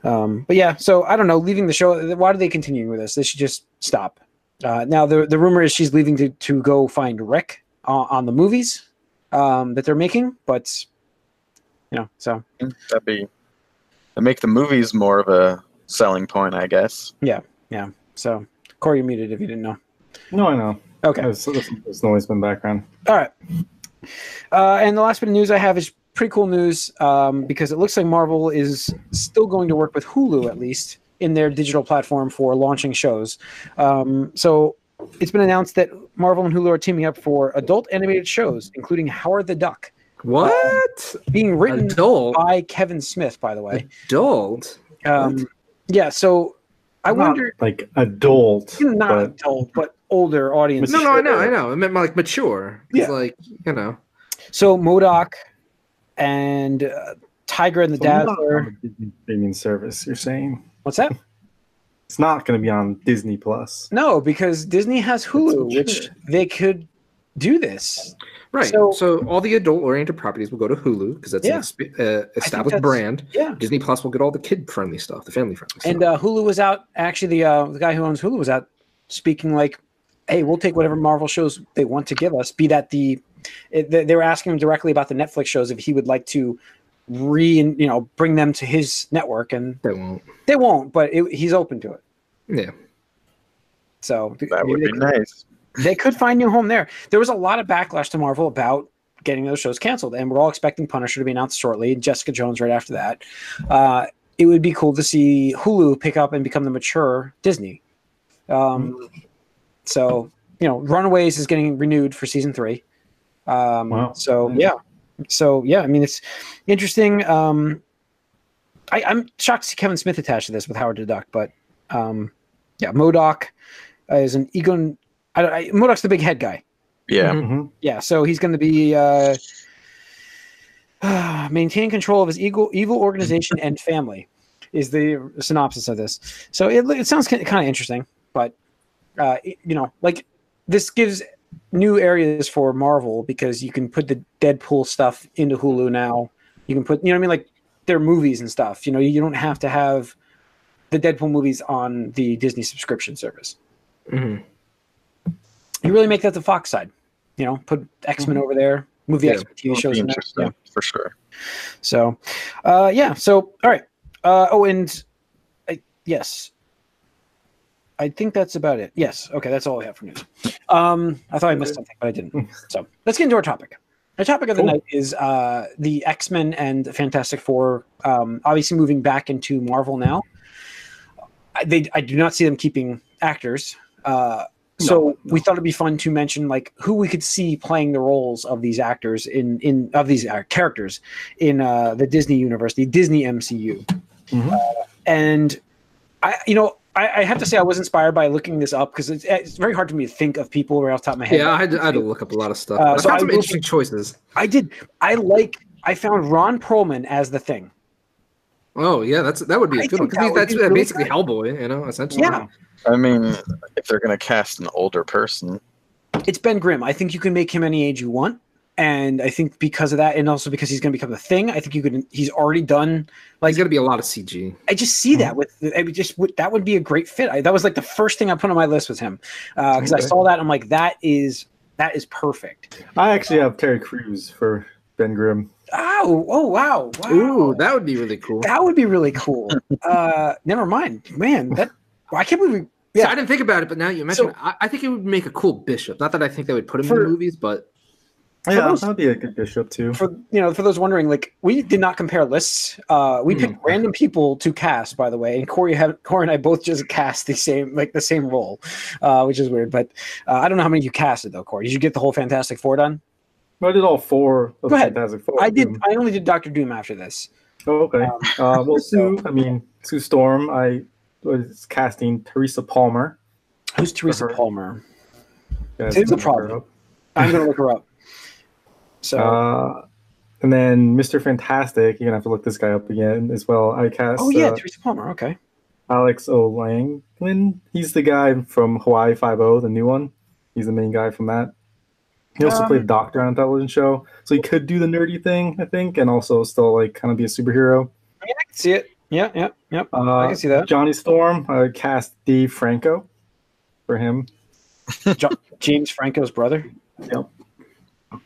Speaker 1: um, but yeah. So I don't know. Leaving the show. Why do they continue with this? They should just stop. Uh, now the the rumor is she's leaving to to go find Rick on, on the movies um, that they're making, but you know, so
Speaker 2: That'd be that'd make the movies more of a selling point, I guess.
Speaker 1: so Corey, you muted if you didn't know.
Speaker 4: No, I know.
Speaker 1: Okay.
Speaker 4: There's, there's noise in the background.
Speaker 1: All right. Uh, and the last bit of news I have is pretty cool news um, because it looks like Marvel is still going to work with Hulu at least in their digital platform for launching shows. Um, so it's been announced that Marvel and Hulu are teaming up for adult animated shows, including Howard the Duck,
Speaker 3: What?
Speaker 1: being written
Speaker 3: Adult.
Speaker 1: by Kevin Smith, by the way.
Speaker 3: Adult.
Speaker 1: Um, yeah. So I
Speaker 4: Not
Speaker 1: wonder,
Speaker 4: Like adult.
Speaker 1: not
Speaker 4: but-
Speaker 1: adult, but older audience.
Speaker 3: No, no, I know, I know. I meant like mature. It's
Speaker 1: Yeah.
Speaker 3: Like you know.
Speaker 1: So Modoc and uh, Tiger and the
Speaker 4: So not
Speaker 1: Dazzler.
Speaker 4: on the Disney Streaming service, you're saying
Speaker 1: What's that?
Speaker 4: it's not going to be on Disney Plus.
Speaker 1: No, because Disney has Hulu, which they could do this.
Speaker 3: Right.
Speaker 1: So-
Speaker 3: So, all the adult-oriented properties will go to Hulu because that's
Speaker 1: Yeah.
Speaker 3: an exp- uh, established
Speaker 1: that's-
Speaker 3: brand.
Speaker 1: Yeah.
Speaker 3: Disney Plus will get all the kid-friendly stuff, the family-friendly stuff.
Speaker 1: And uh, Hulu was out. Actually, the uh, the guy who owns Hulu was out speaking like, "Hey, we'll take whatever Marvel shows they want to give us." Be that the, it, they they were asking him directly about the Netflix shows if he would like to re you know bring them to his network, and
Speaker 3: they won't.
Speaker 1: they won't. But it, he's open to it.
Speaker 3: Yeah.
Speaker 1: So th-
Speaker 2: That would
Speaker 1: they,
Speaker 2: be nice.
Speaker 1: they could find new home there. There was a lot of backlash to Marvel about getting those shows canceled, and we're all expecting Punisher to be announced shortly, and Jessica Jones right after that. Uh, it would be cool to see Hulu pick up and become the mature Disney. Um, so you know, Runaways is getting renewed for season three. Um,
Speaker 4: Wow.
Speaker 1: So
Speaker 4: Mm.
Speaker 1: yeah, so yeah, I mean it's interesting. Um, I, I'm shocked to see Kevin Smith attached to this with Howard the Duck, but um, yeah, Modoc is an Egon. I, don't- I, Modoc's the big head guy.
Speaker 2: Yeah.
Speaker 4: Mhm.
Speaker 1: Yeah, so he's going to be uh, maintain control of his evil, evil organization and family is the synopsis of this. So it, it sounds kind of interesting, but uh, it- you know, like this gives new areas for Marvel because you can put the Deadpool stuff into Hulu now. You can put, you know, what I mean, like their movies and stuff. You know, you don't have to have the Deadpool movies on the Disney subscription service.
Speaker 3: hmm
Speaker 1: You really make that the Fox side. You know, put X Men over there, Mm-hmm. move the
Speaker 3: Yeah.
Speaker 1: X Men
Speaker 2: It
Speaker 1: TV
Speaker 2: would
Speaker 1: shows
Speaker 2: be
Speaker 1: in there.
Speaker 2: interesting for sure.
Speaker 1: Yeah. So, uh, yeah. So, all right. Uh, oh, and I, yes, I think that's about it. Yes. Okay, that's all I have for news. Um, I thought I missed something, but I didn't. So let's get into our topic. Our topic of the
Speaker 4: Cool.
Speaker 1: night is uh, the X Men and Fantastic Four. Um, obviously, moving back into Marvel now. I, they, I do not see them keeping actors. Uh, so we thought it'd be fun to mention like who we could see playing the roles of these actors in in of these uh, characters in uh, the Disney universe, the Disney MCU.
Speaker 4: Mhm.
Speaker 1: Uh, and I, you know, I, I have to say I was inspired by looking this up because it's, it's very hard for me to think of people right off the top of my head.
Speaker 3: Yeah, I had, I had to look up a lot of stuff.
Speaker 1: Uh,
Speaker 3: I
Speaker 1: so
Speaker 3: found
Speaker 1: I
Speaker 3: some
Speaker 1: will-
Speaker 3: interesting choices.
Speaker 1: I did. I like. I found Ron Perlman as the thing.
Speaker 3: Oh yeah, that's that would be
Speaker 1: I
Speaker 3: a good one
Speaker 1: think that
Speaker 3: because
Speaker 1: would
Speaker 3: that's uh,
Speaker 1: be really
Speaker 3: basically Hellboy, you know, essentially.
Speaker 1: Yeah.
Speaker 2: I mean, if they're gonna cast an older person,
Speaker 1: It's Ben Grimm. I think you can make him any age you want. And I think because of that, and also because he's going to become the thing, I think you could. He's already done.
Speaker 3: Like, there's got to be a lot of CG.
Speaker 1: I just see
Speaker 3: Mm-hmm.
Speaker 1: that with. I mean, just would- that would be a great fit. I, that was like the first thing I put on my list was him because I
Speaker 3: Okay.
Speaker 1: saw that. I'm like, that is that is perfect.
Speaker 4: I actually have Terry Crews for Ben Grimm.
Speaker 1: Oh, oh, wow, wow.
Speaker 3: Ooh, that would be really cool.
Speaker 1: That would be really cool. Uh, never mind, man. That I can't believe. yeah.
Speaker 3: So I didn't think about it, but now you mentioned it, I, I think it would make a cool bishop. Not that I think they would put him
Speaker 1: For-
Speaker 3: in the movies, but
Speaker 1: For
Speaker 4: Yeah,
Speaker 1: those-
Speaker 4: that'd be a good bishop too.
Speaker 1: We, for you know, for those wondering, like we did not compare lists. Uh, we picked random people to cast, by the way, and Corey, have, Corey and I both just cast the same, like the same role, uh, which is weird. But uh, I don't know how many you casted though, Corey. Did you get the whole Fantastic Four done?
Speaker 4: I did all four of
Speaker 1: Go ahead.
Speaker 4: Fantastic Four.
Speaker 1: I did.
Speaker 4: Um,
Speaker 1: I only did Doctor Doom after this.
Speaker 4: Okay. Uh, well, Sue, I mean, Sue Storm, I was casting Teresa Palmer.
Speaker 1: Who's Teresa
Speaker 4: her.
Speaker 1: Palmer?
Speaker 4: Yeah,
Speaker 1: It's a
Speaker 4: look her
Speaker 1: problem.
Speaker 4: up.
Speaker 1: I'm gonna look her up. So
Speaker 4: Uh, and then Mr. Fantastic, you're going to have to look this guy up again as well. I cast
Speaker 1: oh yeah,
Speaker 4: uh,
Speaker 1: Teresa Palmer. Okay.
Speaker 4: Alex O. Langlin. He's the guy from Hawaii Five-O, the new one. He's the main guy from that. He also
Speaker 1: Um,
Speaker 4: played Doctor on a television show, so he could do the nerdy thing, I think, and also still like kind of be a superhero.
Speaker 1: I mean, I can see it. Yeah, yeah, yeah.
Speaker 4: Uh,
Speaker 1: I can see that.
Speaker 4: Johnny Storm uh, cast Dave Franco for him,
Speaker 1: Jo- James Franco's brother.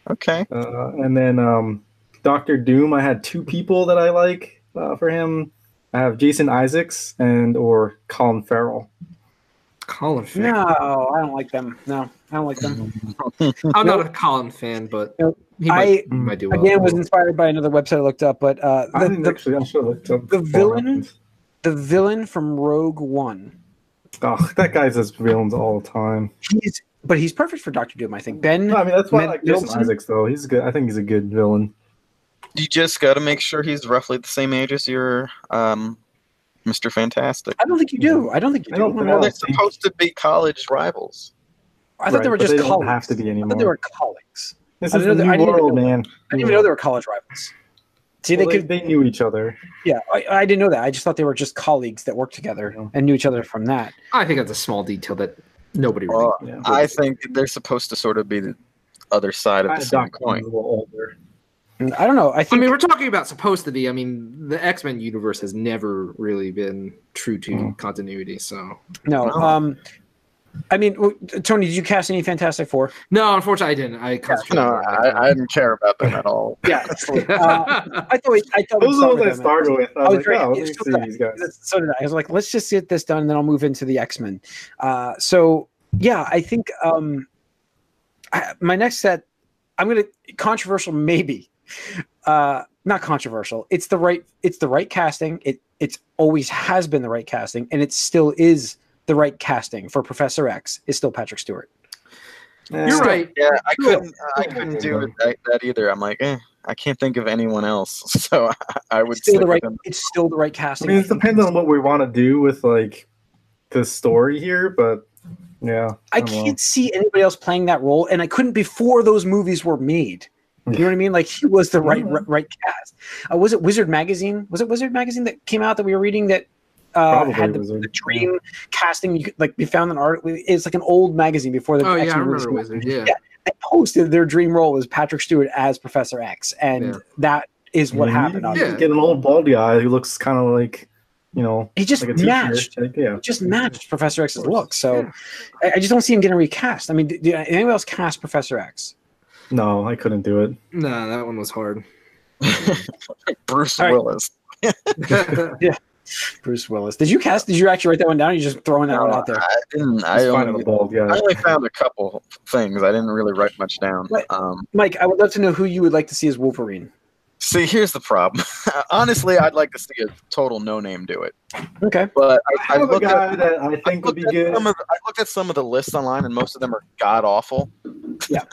Speaker 2: Okay.
Speaker 4: uh, and then um, Doctor Doom. I had two people that I like uh, for him. I have Jason Isaacs and or Colin Farrell.
Speaker 3: Colin fan.
Speaker 1: No, I don't like them. No, I don't like them.
Speaker 3: I'm not a Colin fan, but
Speaker 1: Nope.
Speaker 3: he might,
Speaker 1: I
Speaker 3: he might do well.
Speaker 1: again was inspired by another website I looked up, but uh,
Speaker 4: I
Speaker 1: the,
Speaker 4: didn't
Speaker 1: the,
Speaker 4: actually. I'm sure I looked up
Speaker 1: the
Speaker 4: before.
Speaker 1: villain? the villain from Rogue One.
Speaker 4: Oh, that guy says villains all the time.
Speaker 1: He's but he's perfect for Doctor Doom. I think Ben.
Speaker 4: No, I mean that's why I
Speaker 1: Men-
Speaker 4: like Jason
Speaker 1: Wilson?
Speaker 4: Isaacs though. He's good. I think he's a good villain.
Speaker 2: You just got to make sure he's roughly the same age as your um, Mr. Fantastic.
Speaker 1: I don't think you do. I don't think you do.
Speaker 4: I
Speaker 1: I,
Speaker 4: don't think-
Speaker 2: Well, they're
Speaker 4: see.
Speaker 2: supposed to be college rivals.
Speaker 1: thought they
Speaker 4: Right,
Speaker 1: were
Speaker 4: but
Speaker 1: just
Speaker 4: they
Speaker 1: colleagues.
Speaker 4: don't have to be
Speaker 1: I
Speaker 4: anymore.
Speaker 1: thought they were colleagues.
Speaker 4: this
Speaker 1: I
Speaker 4: is the
Speaker 1: didn't know
Speaker 4: new
Speaker 1: that- I didn't even
Speaker 4: world,
Speaker 1: know-
Speaker 4: man.
Speaker 1: I didn't even know they were college rivals. See,
Speaker 4: Well,
Speaker 1: they could.
Speaker 4: they knew each other.
Speaker 1: Yeah, I, I didn't know that. I just thought they were just colleagues that worked together
Speaker 4: Yeah.
Speaker 1: and knew each other from that.
Speaker 3: I think that's a small detail that nobody really.
Speaker 2: Uh,
Speaker 4: Yeah.
Speaker 2: I think they're supposed to sort of be the other side of
Speaker 4: I
Speaker 2: the same
Speaker 4: Doc
Speaker 2: coin.
Speaker 4: Doom's a little older.
Speaker 1: And I don't know. I
Speaker 3: I
Speaker 1: think
Speaker 3: mean, we're talking about supposed to be. I mean, the X Men universe has never really been true to
Speaker 4: Mm.
Speaker 3: continuity. So,
Speaker 1: no.
Speaker 2: Wow.
Speaker 1: Um, I mean, w- Tony, did you cast any Fantastic Four?
Speaker 3: no, unfortunately, I didn't. I
Speaker 2: No, I, I didn't care about them at all.
Speaker 1: Yeah, absolutely. Uh, I thought we, I thought we
Speaker 4: Those are the ones I
Speaker 1: started on
Speaker 4: started with. I
Speaker 1: I was
Speaker 4: was like,
Speaker 1: right.
Speaker 4: oh,
Speaker 1: Yeah,
Speaker 4: let me
Speaker 1: so
Speaker 4: see
Speaker 1: that-
Speaker 4: these guys.
Speaker 1: that. So did I. I was like, let's just get this done, and then I'll move into the X Men. Uh, so yeah, I think um, I, my next set, I'm gonna controversial maybe, uh, not controversial. It's the right. It's the right casting. It it's always has been the right casting, and it still is the right casting for Professor X. Is still Patrick Stewart.
Speaker 3: You're right.
Speaker 2: Yeah, I couldn't. I couldn't do it that, that either. I'm like, eh, I can't think of anyone else, so I, I would
Speaker 1: It's still
Speaker 2: stick
Speaker 1: the
Speaker 2: with
Speaker 1: right.
Speaker 2: them.
Speaker 1: It's still the right
Speaker 4: I
Speaker 1: casting.
Speaker 4: mean, it depends on what we want to do with like the story here, but yeah,
Speaker 3: Oh,
Speaker 1: I
Speaker 4: don't know.
Speaker 1: can't see anybody else playing that role, and I couldn't before those movies were made. You know what I mean? Like he was the right
Speaker 4: Mhm.
Speaker 1: right cast. Uh, was it Wizard magazine? Was it Wizard magazine that came out that we were reading that uh,
Speaker 4: Probably
Speaker 1: had the,
Speaker 4: Wizard,
Speaker 1: the dream casting? You could, like we found an article. It's like an old magazine before the.
Speaker 3: oh yeah, I
Speaker 1: X-Men movies
Speaker 3: remember
Speaker 1: came out.
Speaker 3: Wizard. Yeah.
Speaker 1: Yeah. They posted their dream role was Patrick Stewart as Professor X, and
Speaker 3: Yeah.
Speaker 1: that is what
Speaker 4: Yeah, you-
Speaker 1: happened.
Speaker 4: You
Speaker 1: obviously.
Speaker 3: Yeah.
Speaker 4: get an old baldy guy who looks kind of like, you know,
Speaker 1: He just
Speaker 4: like a teacher.
Speaker 1: matched.
Speaker 4: Like, yeah.
Speaker 1: just matched Professor X's look. So
Speaker 3: Yeah.
Speaker 1: I, I just don't see him getting recast. I mean, did, did anybody else cast Professor X?
Speaker 4: No, I couldn't do it.
Speaker 3: No, that one was hard.
Speaker 2: Bruce
Speaker 1: All right.
Speaker 2: Willis.
Speaker 1: Bruce Willis. Did you cast? Did you actually write that one down? Or you just throwing that one out there?
Speaker 2: I didn't. I
Speaker 4: Just finding a
Speaker 2: only,
Speaker 4: bald
Speaker 2: I
Speaker 4: guy.
Speaker 2: only found a couple things. I didn't really write much down.
Speaker 1: What?
Speaker 2: Um,
Speaker 1: Mike, I would love to know who you would like to see as Wolverine.
Speaker 2: See, here's the problem. Honestly, I'd like to see a total no-name do it,
Speaker 1: Okay.
Speaker 2: but I,
Speaker 4: I
Speaker 2: I
Speaker 4: have a
Speaker 2: looked
Speaker 4: guy
Speaker 2: at.
Speaker 4: that I
Speaker 2: I
Speaker 4: think
Speaker 2: looked
Speaker 4: would be
Speaker 2: at
Speaker 4: good.
Speaker 2: some of the- I looked at some of the lists online, and most of them are god awful.
Speaker 1: Yeah.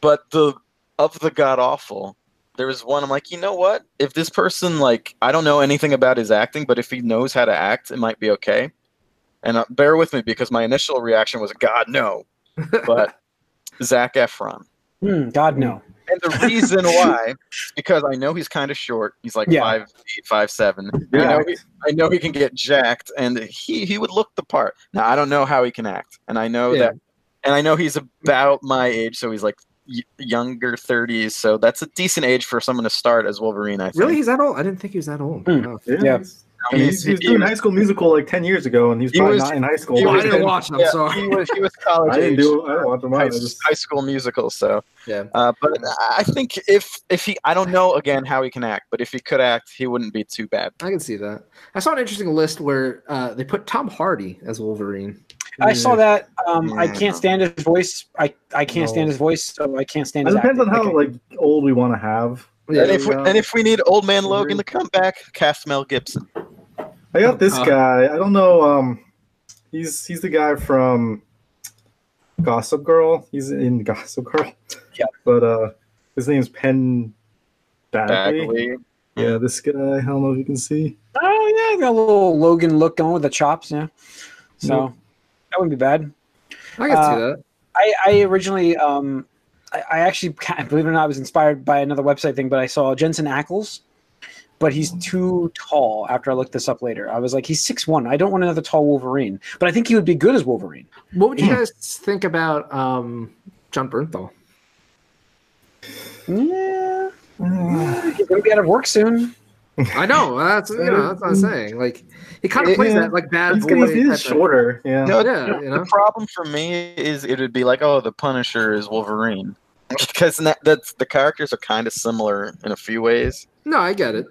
Speaker 2: but the of the god awful, there was one. I'm like, you know what? If this person, like, I don't know anything about his acting, but if he knows how to act, it might be okay. And uh, bear with me because my initial reaction was, God, no. But Zach Efron.
Speaker 1: Hmm, God no.
Speaker 2: And the reason why is because I know he's kind of short. He's like
Speaker 1: Yeah.
Speaker 2: five eight, five seven. I know he, I know he can get jacked, and he he would look the part. Now I don't know how he can act, and I know
Speaker 3: Yeah.
Speaker 2: that, and I know he's about my age, so he's like y- younger thirties. So that's a decent age for someone to start as Wolverine. I think.
Speaker 3: really, he's that old? I didn't think he was that old. Oh.
Speaker 1: Hmm.
Speaker 3: No.
Speaker 4: Yeah.
Speaker 1: Yeah.
Speaker 4: I mean, he's- he was doing High School Musical like 10 years ago, and he was
Speaker 2: He
Speaker 4: probably
Speaker 2: was-
Speaker 4: not in high school.
Speaker 2: he
Speaker 3: Well, I
Speaker 2: was
Speaker 3: didn't
Speaker 2: in-
Speaker 3: watch. it, I'm
Speaker 2: yeah,
Speaker 3: sorry.
Speaker 2: He was, he was college
Speaker 4: I didn't
Speaker 2: age.
Speaker 4: do I don't watch him.
Speaker 2: High,
Speaker 4: I just,
Speaker 2: high school musical so
Speaker 3: Yeah.
Speaker 2: uh, but i think if if he i don't know again how he can act but if he could act he wouldn't be too bad
Speaker 3: I can see that. I saw an interesting list where uh, they put Tom Hardy as Wolverine.
Speaker 1: I saw that. Um, I
Speaker 2: Yeah.
Speaker 1: can't stand his voice. I, I can't
Speaker 4: Hmm. No.
Speaker 1: stand his voice, so I can't stand
Speaker 4: It
Speaker 1: his
Speaker 4: depends on
Speaker 1: acting.
Speaker 4: how like old we want to have.
Speaker 3: Yeah,
Speaker 2: and if we,
Speaker 4: yeah.
Speaker 2: and if we need old man Logan to come back, cast Mel Gibson.
Speaker 4: I got this
Speaker 2: Uh-huh.
Speaker 3: Uh,
Speaker 4: guy. I don't know. Um, he's he's the guy from Gossip Girl. He's in Gossip Girl.
Speaker 1: Yeah.
Speaker 4: But uh, his name's Penn Badgley.
Speaker 2: Bagley.
Speaker 4: Yeah, this guy. I don't know if you can see.
Speaker 1: Oh yeah, he's got a little Logan look going with the chops. Yeah, so that wouldn't be bad.
Speaker 3: I can
Speaker 1: Uh,
Speaker 3: see that.
Speaker 1: I, I originally, um, I, I actually, I believe it or not, I was inspired by another website thing, but I saw Jensen Ackles, but he's too tall. After I looked this up later, I was like, he's six one. I don't want another tall Wolverine, but I think he would be good as Wolverine.
Speaker 3: What would you guys think about um, John Bernthal?
Speaker 1: Yeah, he's gonna be out of work soon.
Speaker 3: I know that's you know that's what I'm saying. Like he kind of
Speaker 4: Yeah.
Speaker 3: plays that like bad
Speaker 4: He's,
Speaker 3: boy.
Speaker 4: gonna, he
Speaker 3: type of-
Speaker 4: is shorter. Yeah.
Speaker 2: No,
Speaker 3: Yeah, you know.
Speaker 2: The problem for me is it would be like, oh, the Punisher is Wolverine, because that, that's the characters are kind of similar in a few ways.
Speaker 3: No, I get it.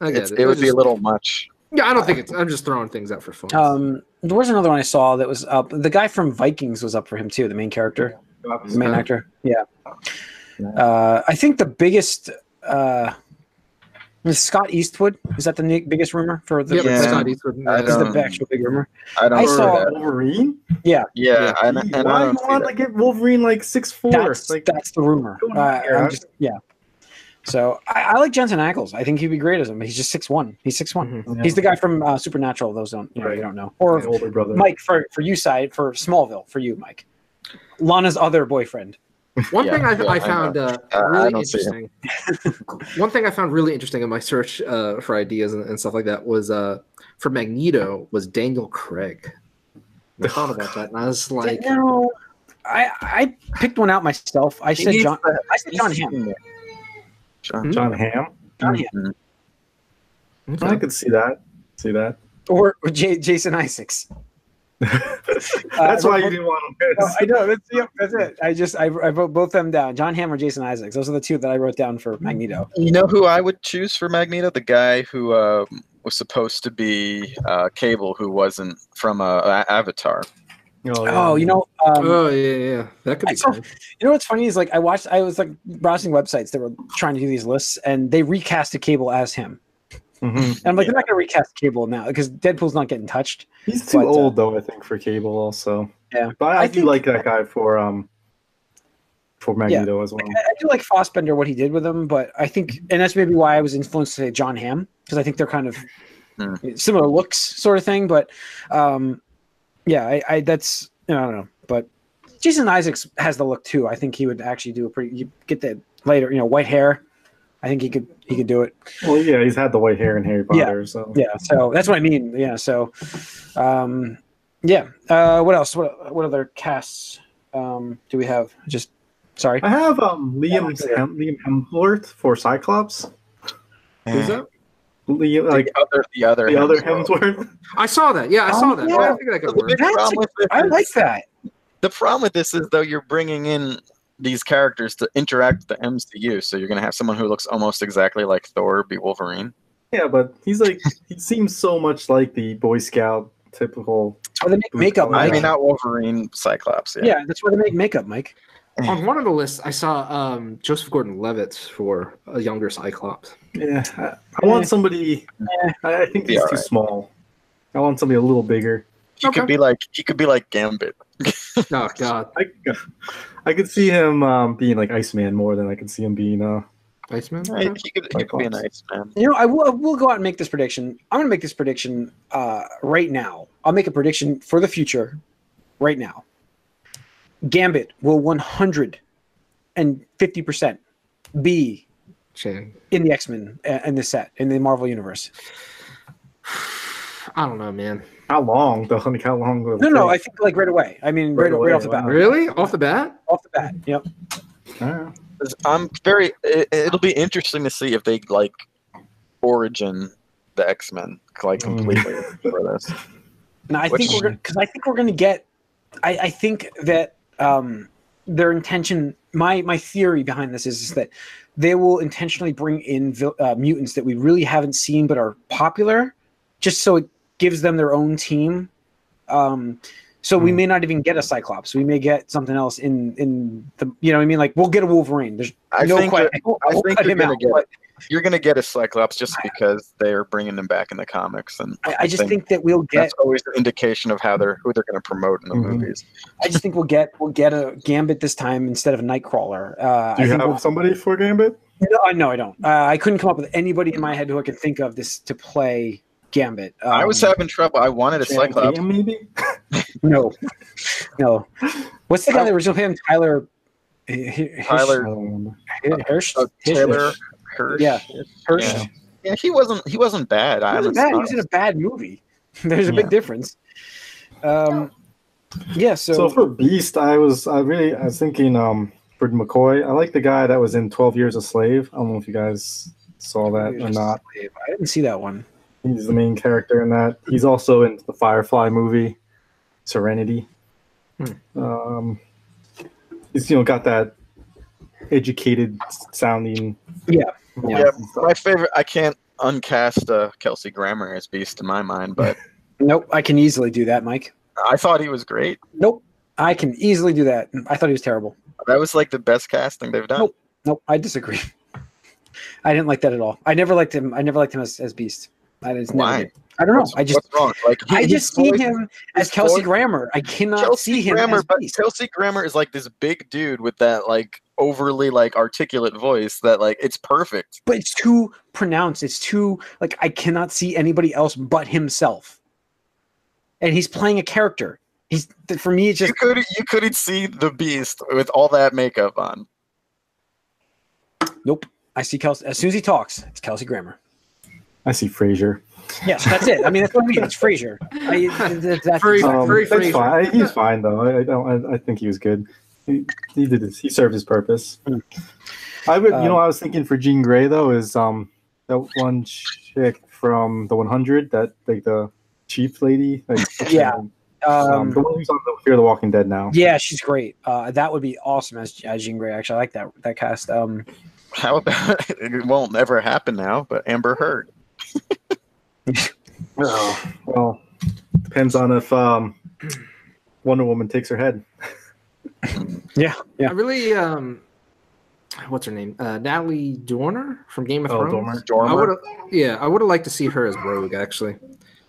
Speaker 3: I get
Speaker 2: It's,
Speaker 3: it.
Speaker 2: it
Speaker 3: I
Speaker 2: would be a
Speaker 3: just-
Speaker 2: little much.
Speaker 3: Yeah, I don't think it's. I'm just throwing things out for fun.
Speaker 1: Um, there was another one I saw that was up. The guy from Vikings was up for him too. The main character. the main
Speaker 3: Okay.
Speaker 1: actor. Yeah.
Speaker 4: Yeah.
Speaker 1: Uh, I think the biggest uh, is Scott Eastwood. Is that the ni- biggest rumor for the?
Speaker 3: yeah, but
Speaker 2: Yeah.
Speaker 3: Scott Eastwood. uh,
Speaker 2: I
Speaker 1: Is
Speaker 3: yeah.
Speaker 1: the
Speaker 2: Um,
Speaker 1: actual big rumor?
Speaker 2: I don't.
Speaker 1: I
Speaker 2: know
Speaker 4: For
Speaker 1: saw-
Speaker 4: Wolverine.
Speaker 2: Yeah, and,
Speaker 4: Gee,
Speaker 2: and I
Speaker 4: why you
Speaker 2: don't see
Speaker 4: want to
Speaker 2: that.
Speaker 4: get Wolverine like six four?
Speaker 1: That's
Speaker 4: like
Speaker 1: that's the rumor.
Speaker 4: Go on
Speaker 1: Uh,
Speaker 4: here,
Speaker 1: I'm
Speaker 4: huh?
Speaker 1: just- yeah. So I, I like Jensen Ackles. I think he'd be great as him. He's just six one. He's six one.
Speaker 3: Mhm.
Speaker 4: Yeah.
Speaker 1: He's the guy from uh, Supernatural. Those don't you, know, you
Speaker 4: Mm-hmm. Right.
Speaker 1: don't know. Or
Speaker 4: My older brother.
Speaker 1: Mike for for you side for Smallville for you Mike. Lana's other boyfriend.
Speaker 3: One
Speaker 2: Yeah,
Speaker 3: thing I,
Speaker 2: yeah,
Speaker 3: I
Speaker 2: I
Speaker 3: found uh,
Speaker 2: I- I
Speaker 3: really
Speaker 2: don't see
Speaker 3: interesting. one thing I found really interesting in my search uh, for ideas and, and stuff like that was uh, for Magneto was Daniel Craig. I thought about that, and I was like,
Speaker 1: no, I I picked one out myself. I
Speaker 2: He
Speaker 1: said
Speaker 2: needs
Speaker 1: John.
Speaker 2: to-
Speaker 1: I said
Speaker 2: he's
Speaker 1: John Hamm.
Speaker 2: seen it. John-
Speaker 4: John Hamm.
Speaker 1: John Hamm.
Speaker 2: Mhm.
Speaker 4: I
Speaker 3: okay.
Speaker 4: could see that. See that.
Speaker 1: or J- Jason Isaacs.
Speaker 4: that's why you didn't want him.
Speaker 1: No, Uh, Oh, I know that's yep, that's it. I just I, I wrote both them down. John Hamm or Jason Isaacs. Those are the two that I wrote down for Magneto.
Speaker 2: You know who I would choose for Magneto? The guy who uh, was supposed to be uh, Cable, who wasn't from uh, A- Avatar.
Speaker 1: Oh, you know, um,
Speaker 3: oh yeah, yeah, yeah, that could
Speaker 1: I
Speaker 3: be.
Speaker 1: saw-
Speaker 3: fun.
Speaker 1: you know what's funny is like I watched. I was like browsing websites that were trying to do these lists, and they recast a Cable as him.
Speaker 4: Mhm.
Speaker 1: And I'm like, they're not going to recast Cable now because Deadpool's not getting touched.
Speaker 4: He's too
Speaker 1: But, uh,
Speaker 4: old though, I think, for Cable also.
Speaker 1: Yeah.
Speaker 4: but I,
Speaker 1: I
Speaker 4: do
Speaker 1: think-
Speaker 4: like that guy for um for Magneto as well.
Speaker 1: I, I do like uh, Fossbender what he did with him, but I think, and that's maybe why I was influenced to say John Hamm because I think they're kind of
Speaker 2: Hmm.
Speaker 1: similar looks, sort of thing. But um, yeah, I, I that's I don't know, but Jason Isaacs has the look too. I think he would actually do a pretty. You get that later, you know, white hair. I think he could he could do it.
Speaker 4: Well, yeah, he's had the white hair in Harry
Speaker 1: Yeah.
Speaker 4: Potter, so
Speaker 1: Yeah, so that's what I mean. Yeah, so um, yeah. Uh, what else? What what other casts um, do we have? Just sorry.
Speaker 4: I have um Liam
Speaker 1: Yeah.
Speaker 4: Hem- Liam Hemsworth for Cyclops.
Speaker 3: Who's that?
Speaker 4: Liam, like
Speaker 2: the other, the other,
Speaker 4: the other
Speaker 2: Hemsworth.
Speaker 4: Hemsworth.
Speaker 3: I saw that. Yeah, I
Speaker 1: Oh,
Speaker 3: saw that.
Speaker 1: yeah.
Speaker 3: Oh, I think that
Speaker 2: The
Speaker 3: could work.
Speaker 2: big
Speaker 1: That's
Speaker 2: problem
Speaker 1: a-
Speaker 2: with this
Speaker 1: I
Speaker 2: is-
Speaker 1: like that.
Speaker 2: the problem with this is though you're bringing in these characters to interact with the MCU, so you're gonna have someone who looks almost exactly like Thor be Wolverine.
Speaker 4: Yeah, but he's like he seems so much like the Boy Scout typical.
Speaker 1: Or they make makeup.
Speaker 4: I
Speaker 2: I
Speaker 1: Mike.
Speaker 2: mean, not Wolverine, Cyclops. Yeah.
Speaker 1: Yeah, that's why they make makeup, Mike.
Speaker 3: On one of the lists, I saw um, Joseph Gordon-Levitt for a younger Cyclops.
Speaker 4: Yeah, I, I want somebody.
Speaker 1: Yeah.
Speaker 4: I, I think
Speaker 2: Be
Speaker 4: he's too
Speaker 2: alright.
Speaker 4: small. I want somebody a little bigger.
Speaker 2: he
Speaker 3: Okay.
Speaker 2: could be like he could be like Gambit.
Speaker 3: Oh God,
Speaker 4: I, I could see him um, being like Iceman more than I could see him being. Uh,
Speaker 3: Iceman.
Speaker 2: Right? He could, he could be a nice man.
Speaker 1: You know, I will, I will go out and make this prediction. I'm going to make this prediction uh, right now. I'll make a prediction for the future right now. Gambit will 150% be
Speaker 3: Chan.
Speaker 1: in the X Men in this set, in the Marvel Universe.
Speaker 3: I don't know, man.
Speaker 4: how long though? Like how long? will it
Speaker 1: No, no, I
Speaker 4: take?
Speaker 1: think like right away. I mean, right,
Speaker 4: Right
Speaker 1: right,
Speaker 4: away,
Speaker 1: off the
Speaker 4: wow.
Speaker 1: bat.
Speaker 3: Really? Off the bat?
Speaker 1: Off the bat. Yep.
Speaker 4: Ah,
Speaker 2: I'm very. It, it'll be interesting to see if they like origin the X Men like
Speaker 4: Mm.
Speaker 2: completely for this.
Speaker 1: And I
Speaker 2: Which-
Speaker 1: think we're gonna because I think we're gonna get. I, I think that um, their intention. My my theory behind this is, is that they will intentionally bring in vil- uh, mutants that we really haven't seen but are popular, just so it gives them their own team. Um, so we
Speaker 4: Hmm.
Speaker 1: may not even get a Cyclops. We may get something else in in the. You know what I mean? Like we'll get a Wolverine. There's
Speaker 2: I
Speaker 1: no
Speaker 2: think
Speaker 1: question.
Speaker 2: that-
Speaker 1: I won't- I
Speaker 2: I
Speaker 1: won't
Speaker 2: think
Speaker 1: cut
Speaker 2: you're
Speaker 1: him
Speaker 2: gonna
Speaker 1: out,
Speaker 2: get
Speaker 1: but-
Speaker 2: you're gonna get a Cyclops just because they're bringing him back in the comics, and
Speaker 1: I, I just
Speaker 2: think-
Speaker 1: think that we'll get.
Speaker 2: that's always an indication of how they're who they're going to promote in the
Speaker 1: Mm-hmm.
Speaker 4: Mhm.
Speaker 2: movies.
Speaker 1: I just think we'll get. We'll get a Gambit this time instead of Nightcrawler. Uh,
Speaker 4: do
Speaker 1: I
Speaker 4: you
Speaker 1: think
Speaker 4: have
Speaker 1: we'll-
Speaker 4: somebody for Gambit?
Speaker 1: No, I- no, I don't. Uh, I couldn't come up with anybody in my head who I could think of this to play Gambit. Um,
Speaker 2: I was having trouble. I wanted a
Speaker 4: Channing
Speaker 2: Cyclops.
Speaker 4: Tatum, maybe.
Speaker 1: no, no. What's the guy that originally played him? Tyler. Hi- Hi-
Speaker 4: I
Speaker 2: Tyler
Speaker 4: don't remember.
Speaker 1: Hirsch.
Speaker 2: uh,
Speaker 1: Hirsch?
Speaker 2: Taylor Hirsch.
Speaker 1: Yeah, Hirsch.
Speaker 2: Yeah. Yeah, he wasn't. He wasn't bad.
Speaker 1: He
Speaker 2: I
Speaker 1: wasn't
Speaker 2: was
Speaker 1: bad. He was in a bad movie. There's a big
Speaker 4: Yeah.
Speaker 1: difference. Um, yeah. So,
Speaker 4: So, for Beast, I was I really I was thinking um Brid McCoy. I like the guy that was in Twelve Years a Slave. I don't know if you guys saw that or not.
Speaker 1: I didn't see that one.
Speaker 4: He's the main character in that. He's also in the Firefly movie, Serenity. Um, he's you know got that educated sounding.
Speaker 1: Yeah.
Speaker 4: voice
Speaker 2: Yeah.
Speaker 4: and stuff.
Speaker 2: my favorite. I can't uncast uh, Kelsey Grammer as Beast in my mind, but
Speaker 1: Nope. I can easily do that, Mike.
Speaker 2: I thought he was great.
Speaker 1: Nope. I can easily do that. I thought he was terrible.
Speaker 2: That was like the best casting they've done.
Speaker 1: Nope. Nope, I disagree. I didn't like that at all. I never liked him. I never liked him as, as Beast. I just never
Speaker 2: Why?
Speaker 1: did. I don't know.
Speaker 2: What's-
Speaker 1: I just
Speaker 2: what's wrong? Like
Speaker 1: I
Speaker 2: his
Speaker 1: just see
Speaker 2: voice-
Speaker 1: him as
Speaker 2: his
Speaker 1: Kelsey
Speaker 2: voice-
Speaker 1: Grammer. I cannot
Speaker 2: Kelsey
Speaker 1: see him
Speaker 2: Grammer,
Speaker 1: as
Speaker 2: but
Speaker 1: Beast.
Speaker 2: Kelsey Grammer is like this big dude with that like overly like articulate voice that like it's perfect.
Speaker 1: But it's too pronounced. It's too like I cannot see anybody else but himself. And he's playing a character. He's th- for me. It's
Speaker 2: You
Speaker 1: just
Speaker 2: could you couldn't see the Beast with all that makeup on.
Speaker 1: nope. I see Kelsey as soon as he talks. It's Kelsey Grammer.
Speaker 4: I see Frasier.
Speaker 1: Yes, that's it. I mean, that's what I mean. It's Frasier. I, th- th- that's
Speaker 3: Frasier.
Speaker 1: exactly-
Speaker 4: Um,
Speaker 3: Very
Speaker 4: that's
Speaker 3: Frasier.
Speaker 4: fine. He's fine though. I, I don't. I, I think he was good. He, he did his. He served his purpose. I would.
Speaker 1: Um,
Speaker 4: you know, I was thinking for Jean Grey though is um that one chick from the 100 that like the chief lady. Like, what's her
Speaker 1: Yeah,
Speaker 4: name? Um,
Speaker 1: um,
Speaker 4: the one who's on the Fear the Walking Dead now.
Speaker 1: Yeah, she's great. Uh, that would be awesome as, as Jean Grey. Actually, I like that that cast. Um,
Speaker 2: How about it won't ever happen now, but Amber Heard.
Speaker 4: Well, depends on if um Wonder Woman takes her head.
Speaker 1: yeah, yeah.
Speaker 3: I really um, what's her name? Uh, Natalie Dorner from Game of
Speaker 4: Oh,
Speaker 3: Thrones.
Speaker 4: Dormer.
Speaker 3: I would
Speaker 2: Dormer.
Speaker 3: have, yeah, I would have liked to see her as Rogue actually.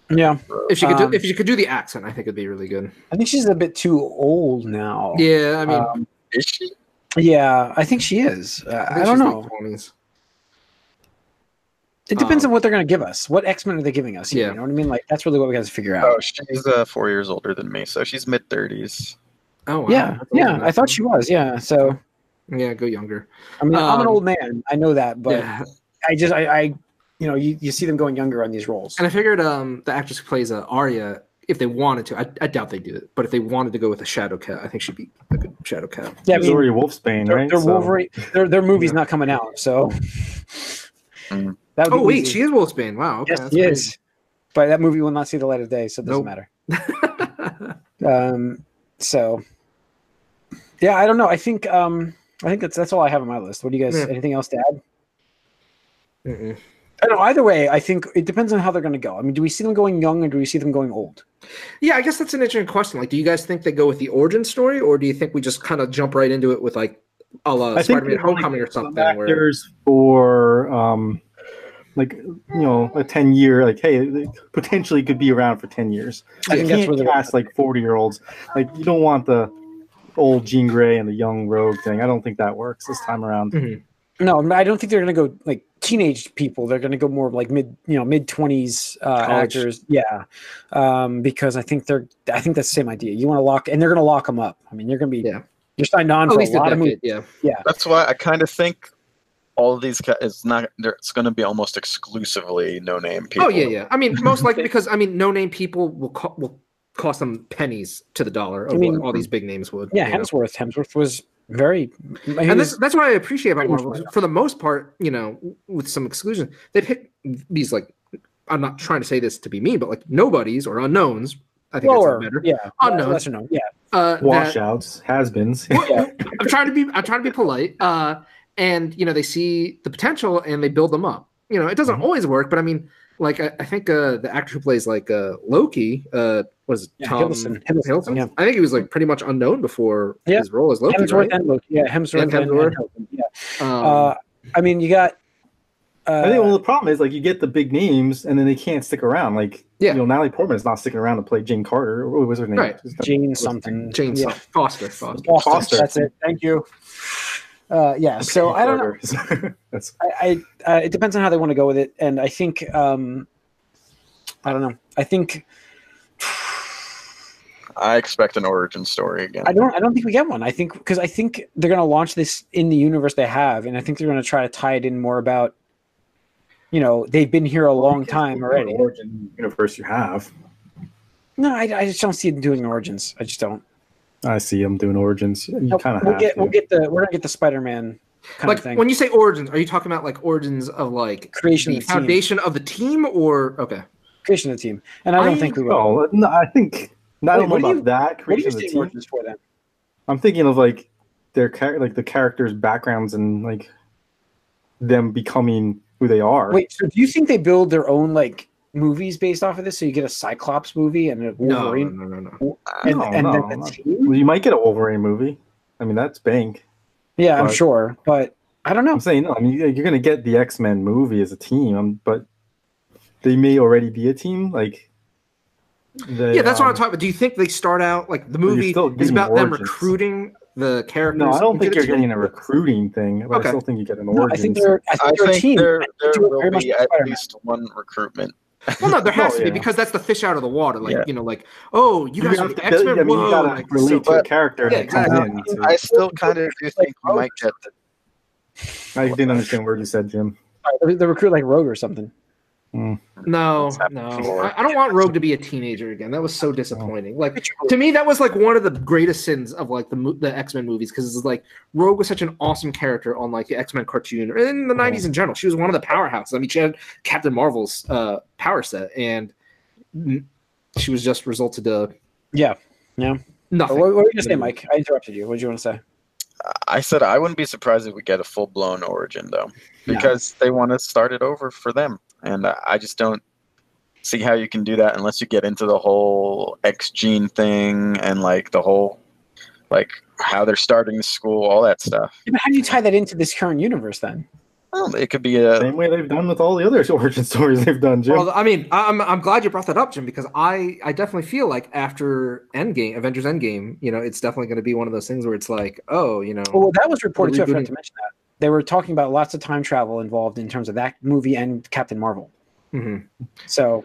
Speaker 1: Yeah,
Speaker 3: If she could,
Speaker 1: Um,
Speaker 3: do, if she could do the accent, I think it'd be really good.
Speaker 1: I think she's a bit too old now.
Speaker 3: Yeah, I mean,
Speaker 1: Um,
Speaker 2: Is she?
Speaker 1: yeah, I think she is. Uh, I,
Speaker 3: think
Speaker 1: don't
Speaker 3: she's,
Speaker 1: know.
Speaker 3: like, 20s.
Speaker 1: it depends
Speaker 3: um,
Speaker 1: on what they're going to give us. What X Men are they giving us?
Speaker 3: Yeah.
Speaker 1: you know what I mean. Like that's really what we got to figure out.
Speaker 2: Oh, she's uh, four years older than me, so she's mid thirties.
Speaker 3: Oh wow.
Speaker 1: yeah,
Speaker 3: That's
Speaker 1: yeah.
Speaker 3: old
Speaker 1: I thought she was. Yeah. So
Speaker 3: enough. Yeah, go younger.
Speaker 1: I mean, I'm an
Speaker 3: Um,
Speaker 1: old man. I know that, but
Speaker 3: yeah.
Speaker 1: I just I, I you know you, you see them going younger on these roles.
Speaker 3: And I figured um the actress who plays uh, Arya, if they wanted to, I, I doubt they do it, but if they wanted to go with a shadow cat, I think she'd be a good shadow cat.
Speaker 1: Yeah, I
Speaker 4: She's
Speaker 1: mean,
Speaker 4: already Wolfsbane,
Speaker 1: their,
Speaker 4: right?
Speaker 1: their
Speaker 4: So-
Speaker 1: Wolverine, their their movie's not coming out, so.
Speaker 2: Mm.
Speaker 1: That would
Speaker 3: Oh
Speaker 1: be
Speaker 3: wait,
Speaker 1: easy.
Speaker 3: she is Wolfsbane. Wow. Okay,
Speaker 1: Yes,
Speaker 3: that's
Speaker 1: he
Speaker 3: crazy.
Speaker 1: is. But that movie will not see the light of day, so it doesn't
Speaker 3: Nope.
Speaker 1: matter. Um, so, yeah, I don't know. I think um, I think that's that's all I have on my list. What do you guys?
Speaker 3: Yeah.
Speaker 1: Anything else to add?
Speaker 3: Mm-mm.
Speaker 1: I don't know. Either way, I think it depends on how they're going to go. I mean, do we see them going young or do we see them going old?
Speaker 3: yeah, I guess that's an interesting question. Like, do you guys think they go with the origin story, or do you think we just kind of jump right into it with like a la
Speaker 4: I think
Speaker 3: Spider-Man
Speaker 4: they only
Speaker 3: Homecoming or
Speaker 4: some
Speaker 3: something? Where
Speaker 4: actors for um like you know a 10 year like hey it potentially could be around for 10 years
Speaker 1: I think
Speaker 4: you
Speaker 1: that's
Speaker 4: can't
Speaker 1: where they're-
Speaker 4: cast like 40 year olds like you don't want the old jean gray and the young rogue thing i don't think that works this time around
Speaker 1: No, I mean, I don't think they're going to go like teenage people. They're going to go more like mid, you know, mid twenties uh,
Speaker 3: College.
Speaker 1: actors. Yeah, um, because I think they're. I think that's the same idea. You want to lock, and they're going to lock them up. I mean, you're going to be.
Speaker 3: Yeah.
Speaker 1: You're signed on
Speaker 3: at
Speaker 1: for a
Speaker 3: least a
Speaker 1: lot of movies.
Speaker 3: decade. Yeah.
Speaker 2: That's why I kind of think all of these ca- it's not there- it's going to be almost exclusively no name people.
Speaker 3: Oh yeah, yeah. I mean, most likely because I mean, no-name people will co- will cost them pennies to the dollar. Of
Speaker 1: I mean- um,
Speaker 3: what all these big names would.
Speaker 1: Yeah,
Speaker 3: you know?
Speaker 1: Hemsworth. Hemsworth was very. he
Speaker 3: and
Speaker 1: was-
Speaker 3: that's, that's what I appreciate about
Speaker 1: pretty much
Speaker 3: Marvel.
Speaker 1: right
Speaker 3: For the most part, you know, w- with some exclusion, they pick these like I'm not trying to say this to be mean, but like nobodies or unknowns. I think
Speaker 1: lower,
Speaker 3: that's better.
Speaker 1: yeah,
Speaker 3: Unknown.
Speaker 1: lesser known, yeah.
Speaker 3: Uh, that-
Speaker 4: washouts has-beens
Speaker 3: Well,
Speaker 1: Yeah.
Speaker 3: I'm trying to be I'm trying to be polite. Uh, and you know they see the potential and they build them up. You know it
Speaker 1: Mm-hmm.
Speaker 3: doesn't always work, but I mean, like I, I think uh, the actor who plays like uh, Loki uh, was
Speaker 1: Yeah,
Speaker 3: Tom
Speaker 1: Hiddleston. Hiddleston,
Speaker 3: Hiddleston?
Speaker 1: yeah.
Speaker 3: I think he was like pretty much unknown before
Speaker 1: Yeah.
Speaker 3: his role as Loki.
Speaker 1: Hemsworth
Speaker 3: right?
Speaker 1: and Loki, yeah, Hemsworth and,
Speaker 3: And Hemsworth.
Speaker 1: and- yeah.
Speaker 3: Um,
Speaker 1: Uh, I mean, you got. Uh,
Speaker 4: i think well the problem is like you get the big names and then they can't stick around like
Speaker 3: Yeah.
Speaker 4: you know natalie portman is not sticking around to play jane carter or what was her name
Speaker 3: Right.
Speaker 4: She's not-
Speaker 1: Jane something.
Speaker 3: Jane
Speaker 1: yeah.
Speaker 3: Foster. Foster.
Speaker 1: Foster,
Speaker 4: Foster.
Speaker 1: That's it. Thank you. Uh, yeah, so I don't know.
Speaker 4: know. That's
Speaker 1: I, I uh, it depends on how they want to go with it, and I think um, I don't know. I think
Speaker 2: I expect an origin story again.
Speaker 1: I don't. I don't think we get one. I think because I think they're going to launch this in the universe they have, and I think they're going to try to tie it in more about, you know, they've been here a long time already.
Speaker 4: Origin universe you have.
Speaker 1: No, I, I just don't see it doing origins. I just don't.
Speaker 4: I see them doing origins. You
Speaker 1: Nope,
Speaker 4: kind of
Speaker 1: we'll
Speaker 4: have
Speaker 1: get
Speaker 4: to.
Speaker 1: we'll get the we're gonna get the Spider Man kind
Speaker 3: like
Speaker 1: of thing.
Speaker 3: when you say origins, are you talking about like origins of like
Speaker 1: creation
Speaker 3: the
Speaker 1: of the team.
Speaker 3: foundation of the team, or okay?
Speaker 1: Creation of the team, and I don't
Speaker 4: I-
Speaker 1: think we will.
Speaker 4: No, no, I think no, I
Speaker 1: Wait,
Speaker 4: don't know
Speaker 1: what do
Speaker 4: about
Speaker 1: you-
Speaker 4: that
Speaker 1: What do
Speaker 4: creation
Speaker 1: you
Speaker 4: of the
Speaker 1: see
Speaker 4: team.
Speaker 1: origins for them?
Speaker 4: I'm thinking of like their char- like the characters' backgrounds and like them becoming who they are.
Speaker 1: Wait, so do you think they build their own like movies based off of this? So you get a Cyclops movie and a
Speaker 3: No, no,
Speaker 1: Wolverine,
Speaker 3: no, no, no.
Speaker 1: and,
Speaker 4: No,
Speaker 1: and
Speaker 4: no,
Speaker 1: then
Speaker 4: no.
Speaker 1: a team?
Speaker 4: Well, you might get a Wolverine movie. I mean, that's bank.
Speaker 1: Yeah, I'm
Speaker 4: But-
Speaker 1: sure, but I don't know.
Speaker 4: I'm saying no. I mean, you- you're gonna get the X Men movie as a team, um, but they may already be a team. Like, they,
Speaker 3: Yeah, that's what I'm
Speaker 4: um,
Speaker 3: talking about. Do you think they start out like the
Speaker 4: you're
Speaker 3: movie
Speaker 4: still
Speaker 3: is
Speaker 4: getting
Speaker 3: about them
Speaker 4: origins.
Speaker 3: recruiting the characters?
Speaker 4: No, I don't
Speaker 3: into
Speaker 4: think
Speaker 3: the
Speaker 4: you're
Speaker 3: team?
Speaker 4: getting a recruiting thing, but
Speaker 3: Okay.
Speaker 4: I still think you get an
Speaker 1: No,
Speaker 4: origin.
Speaker 1: I think they're. I
Speaker 2: I
Speaker 1: think they're a team.
Speaker 2: think there, there
Speaker 1: do it very
Speaker 2: will
Speaker 1: much
Speaker 2: be
Speaker 1: like
Speaker 2: at
Speaker 1: Spider-Man.
Speaker 2: least one recruitment.
Speaker 3: Well, no, there has
Speaker 4: No,
Speaker 3: to be
Speaker 4: yeah.
Speaker 3: because that's the fish out of the water. Like
Speaker 2: Yeah.
Speaker 3: you know, like oh, you guys are the X
Speaker 4: I
Speaker 3: Men.
Speaker 4: mean, you
Speaker 3: Whoa,
Speaker 4: gotta
Speaker 3: like,
Speaker 4: relate
Speaker 3: so-
Speaker 4: to a
Speaker 2: but-
Speaker 4: character
Speaker 3: Yeah,
Speaker 4: that comes
Speaker 1: exactly.
Speaker 4: in.
Speaker 2: I
Speaker 4: too.
Speaker 2: still kind of do think we might get the
Speaker 4: I, didn't understand what you said, Jim.
Speaker 1: Sorry, The recruit like Rogue or something.
Speaker 3: No,
Speaker 2: It's happened
Speaker 3: no,
Speaker 2: before.
Speaker 3: I, I don't want Rogue to be a teenager again. That was so disappointing. Like
Speaker 1: Picture-
Speaker 3: to me, that was like one of the greatest sins of like the mo- the X Men movies because it's like Rogue was such an awesome character on like the X Men cartoon or in the
Speaker 4: Mhm.
Speaker 3: '90s in general. She was one of the powerhouses. I mean, she had Captain Marvel's uh, power set, and mm, she was just resulted to
Speaker 1: Yeah, yeah. What,
Speaker 3: nothing.
Speaker 1: what were you gonna say, Mike? I interrupted you. What did you want to say?
Speaker 2: I said I wouldn't be surprised if we get a full blown origin though, because they want to start it over for them, and I I just don't see how you can do that unless you get into the whole X gene thing and like the whole like how they're starting the school, all that stuff.
Speaker 1: Yeah, but how do you tie that into this current universe then?
Speaker 2: Well, it could be a
Speaker 4: Same way they've done with all the other origin stories they've done, Jim.
Speaker 3: Well, I mean, I- I'm I'm glad you brought that up, Jim, because I I definitely feel like after Endgame, Avengers Endgame, you know, it's definitely going to be one of those things where it's like, oh, you know,
Speaker 1: Well, that was reported too. I forgot
Speaker 3: Rebooting.
Speaker 1: to mention that they were talking about lots of time travel involved in terms of that movie and Captain Marvel.
Speaker 3: mhm,
Speaker 1: So,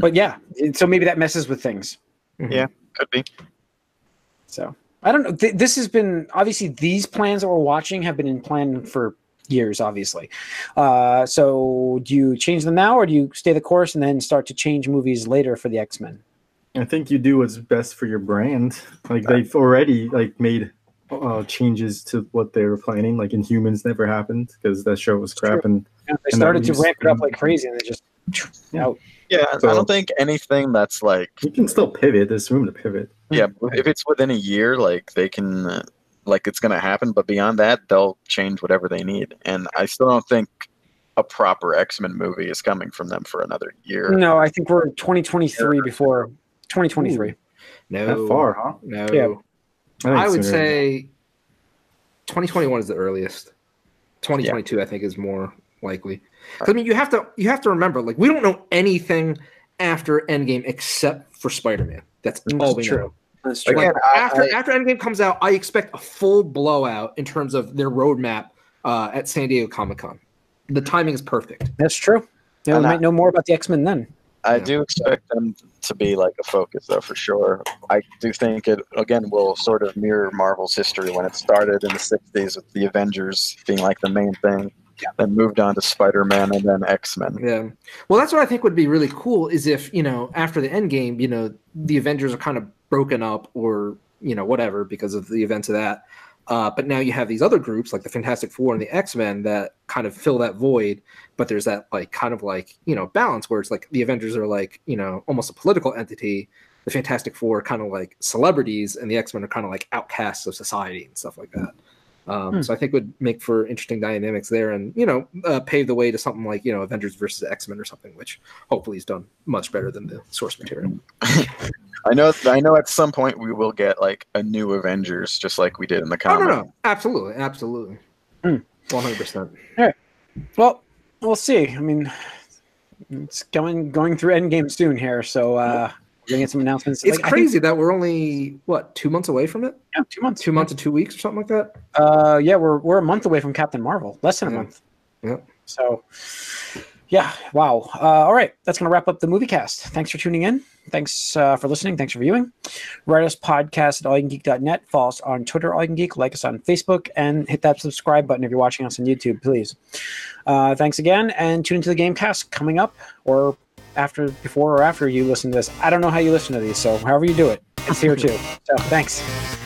Speaker 1: but yeah, so maybe that messes with things.
Speaker 3: mhm.
Speaker 2: Yeah. could be.
Speaker 1: So I don't know. Th- this has been obviously these plans that we're watching have been in plan for years, obviously. Uh, so do you change them now, or do you stay the course and then start to change movies later for the X Men?
Speaker 4: I think you do what's best for your brand. Like they've already like made uh, changes to what they were planning. Like Inhumans never happened because that show was crap, and
Speaker 1: They
Speaker 4: that
Speaker 1: started to
Speaker 4: means-
Speaker 1: ramp it up like crazy, and they just
Speaker 2: Yeah, I- I
Speaker 4: So-
Speaker 2: don't think anything that's like
Speaker 4: you can still pivot. There's room to pivot.
Speaker 2: yeah,
Speaker 3: Hmm.
Speaker 2: if it's within a year, like they can uh, like it's going to happen, but beyond that, they'll change whatever they need. And I still don't think a proper X-Men movie is coming from them for another year.
Speaker 3: Hmm.
Speaker 1: no. I think we're 2023 before 2023.
Speaker 3: no,
Speaker 4: That far, huh?
Speaker 3: no.
Speaker 1: Yeah.
Speaker 4: think
Speaker 3: Oh. I would
Speaker 4: sooner than
Speaker 3: say 2021 is the earliest. 2022, I think, is more likely. 'Cause, I mean, you have to you have to remember, like, we don't know anything after Endgame except for Spider-Man. That's all we
Speaker 1: true.
Speaker 3: know.
Speaker 1: That's true.
Speaker 2: Again, I,
Speaker 3: after
Speaker 2: I-
Speaker 3: after Endgame comes out, I expect a full blowout in terms of their roadmap uh, at San Diego Comic Con. The timing is perfect.
Speaker 1: That's true. Yeah, we
Speaker 2: And I-
Speaker 1: might know more about the X Men then.
Speaker 2: I
Speaker 3: Yeah.
Speaker 2: do expect them to be like a focus, though, for sure. I do think it again will sort of mirror Marvel's history when it started in the '60s with the Avengers being like the main thing, then moved on to Spider-Man and then X-Men.
Speaker 3: Yeah. Well, that's what I think would be really cool is if, you know, after the end game, you know, the Avengers are kind of broken up or, you know, whatever because of the events of that. Uh, but now you have these other groups like the Fantastic Four and the X Men that kind of fill that void. But there's that like kind of like, you know, balance where it's like the Avengers are like, you know, almost a political entity. The Fantastic Four are kind of like celebrities and the X Men are kind of like outcasts of society and stuff like that. Um,
Speaker 1: Hmm.
Speaker 3: So I think would make for interesting dynamics there, and you know, uh, pave the way to something like you know Avengers versus X Men or something, which hopefully is done much better than the source
Speaker 1: Mm-hmm.
Speaker 3: material.
Speaker 2: I know, I know. At some point, we will get like a new Avengers, just like we did in the
Speaker 3: Oh no,
Speaker 2: comic.
Speaker 3: no, absolutely, absolutely,
Speaker 1: Hmm.
Speaker 3: one hundred percent.
Speaker 1: Well, we'll see. I mean, it's coming going through Endgame soon here, so uh, We're gonna get some announcements.
Speaker 3: It's
Speaker 1: Like, I think-
Speaker 3: crazy that we're only what two months away from it?
Speaker 1: yeah, two months.
Speaker 3: Two months to two weeks or something like that.
Speaker 1: Uh, yeah, we're we're a month away from Captain Marvel. Less than a
Speaker 3: Yeah.
Speaker 1: month.
Speaker 3: Yeah.
Speaker 1: So, yeah. Wow. Uh, all right. That's gonna wrap up the movie cast. Thanks for tuning in. Thanks uh, for listening. Thanks for viewing. Write us podcast at allyoucangeek.net. Follow us on Twitter, allyoucangeek. Like us on Facebook, and hit that subscribe button if you're watching us on YouTube, please. Uh, thanks again, and tune into the Gamecast coming up, or after, before, or after you listen to this. I don't know how you listen to these, so however you do it, it's here too. So thanks.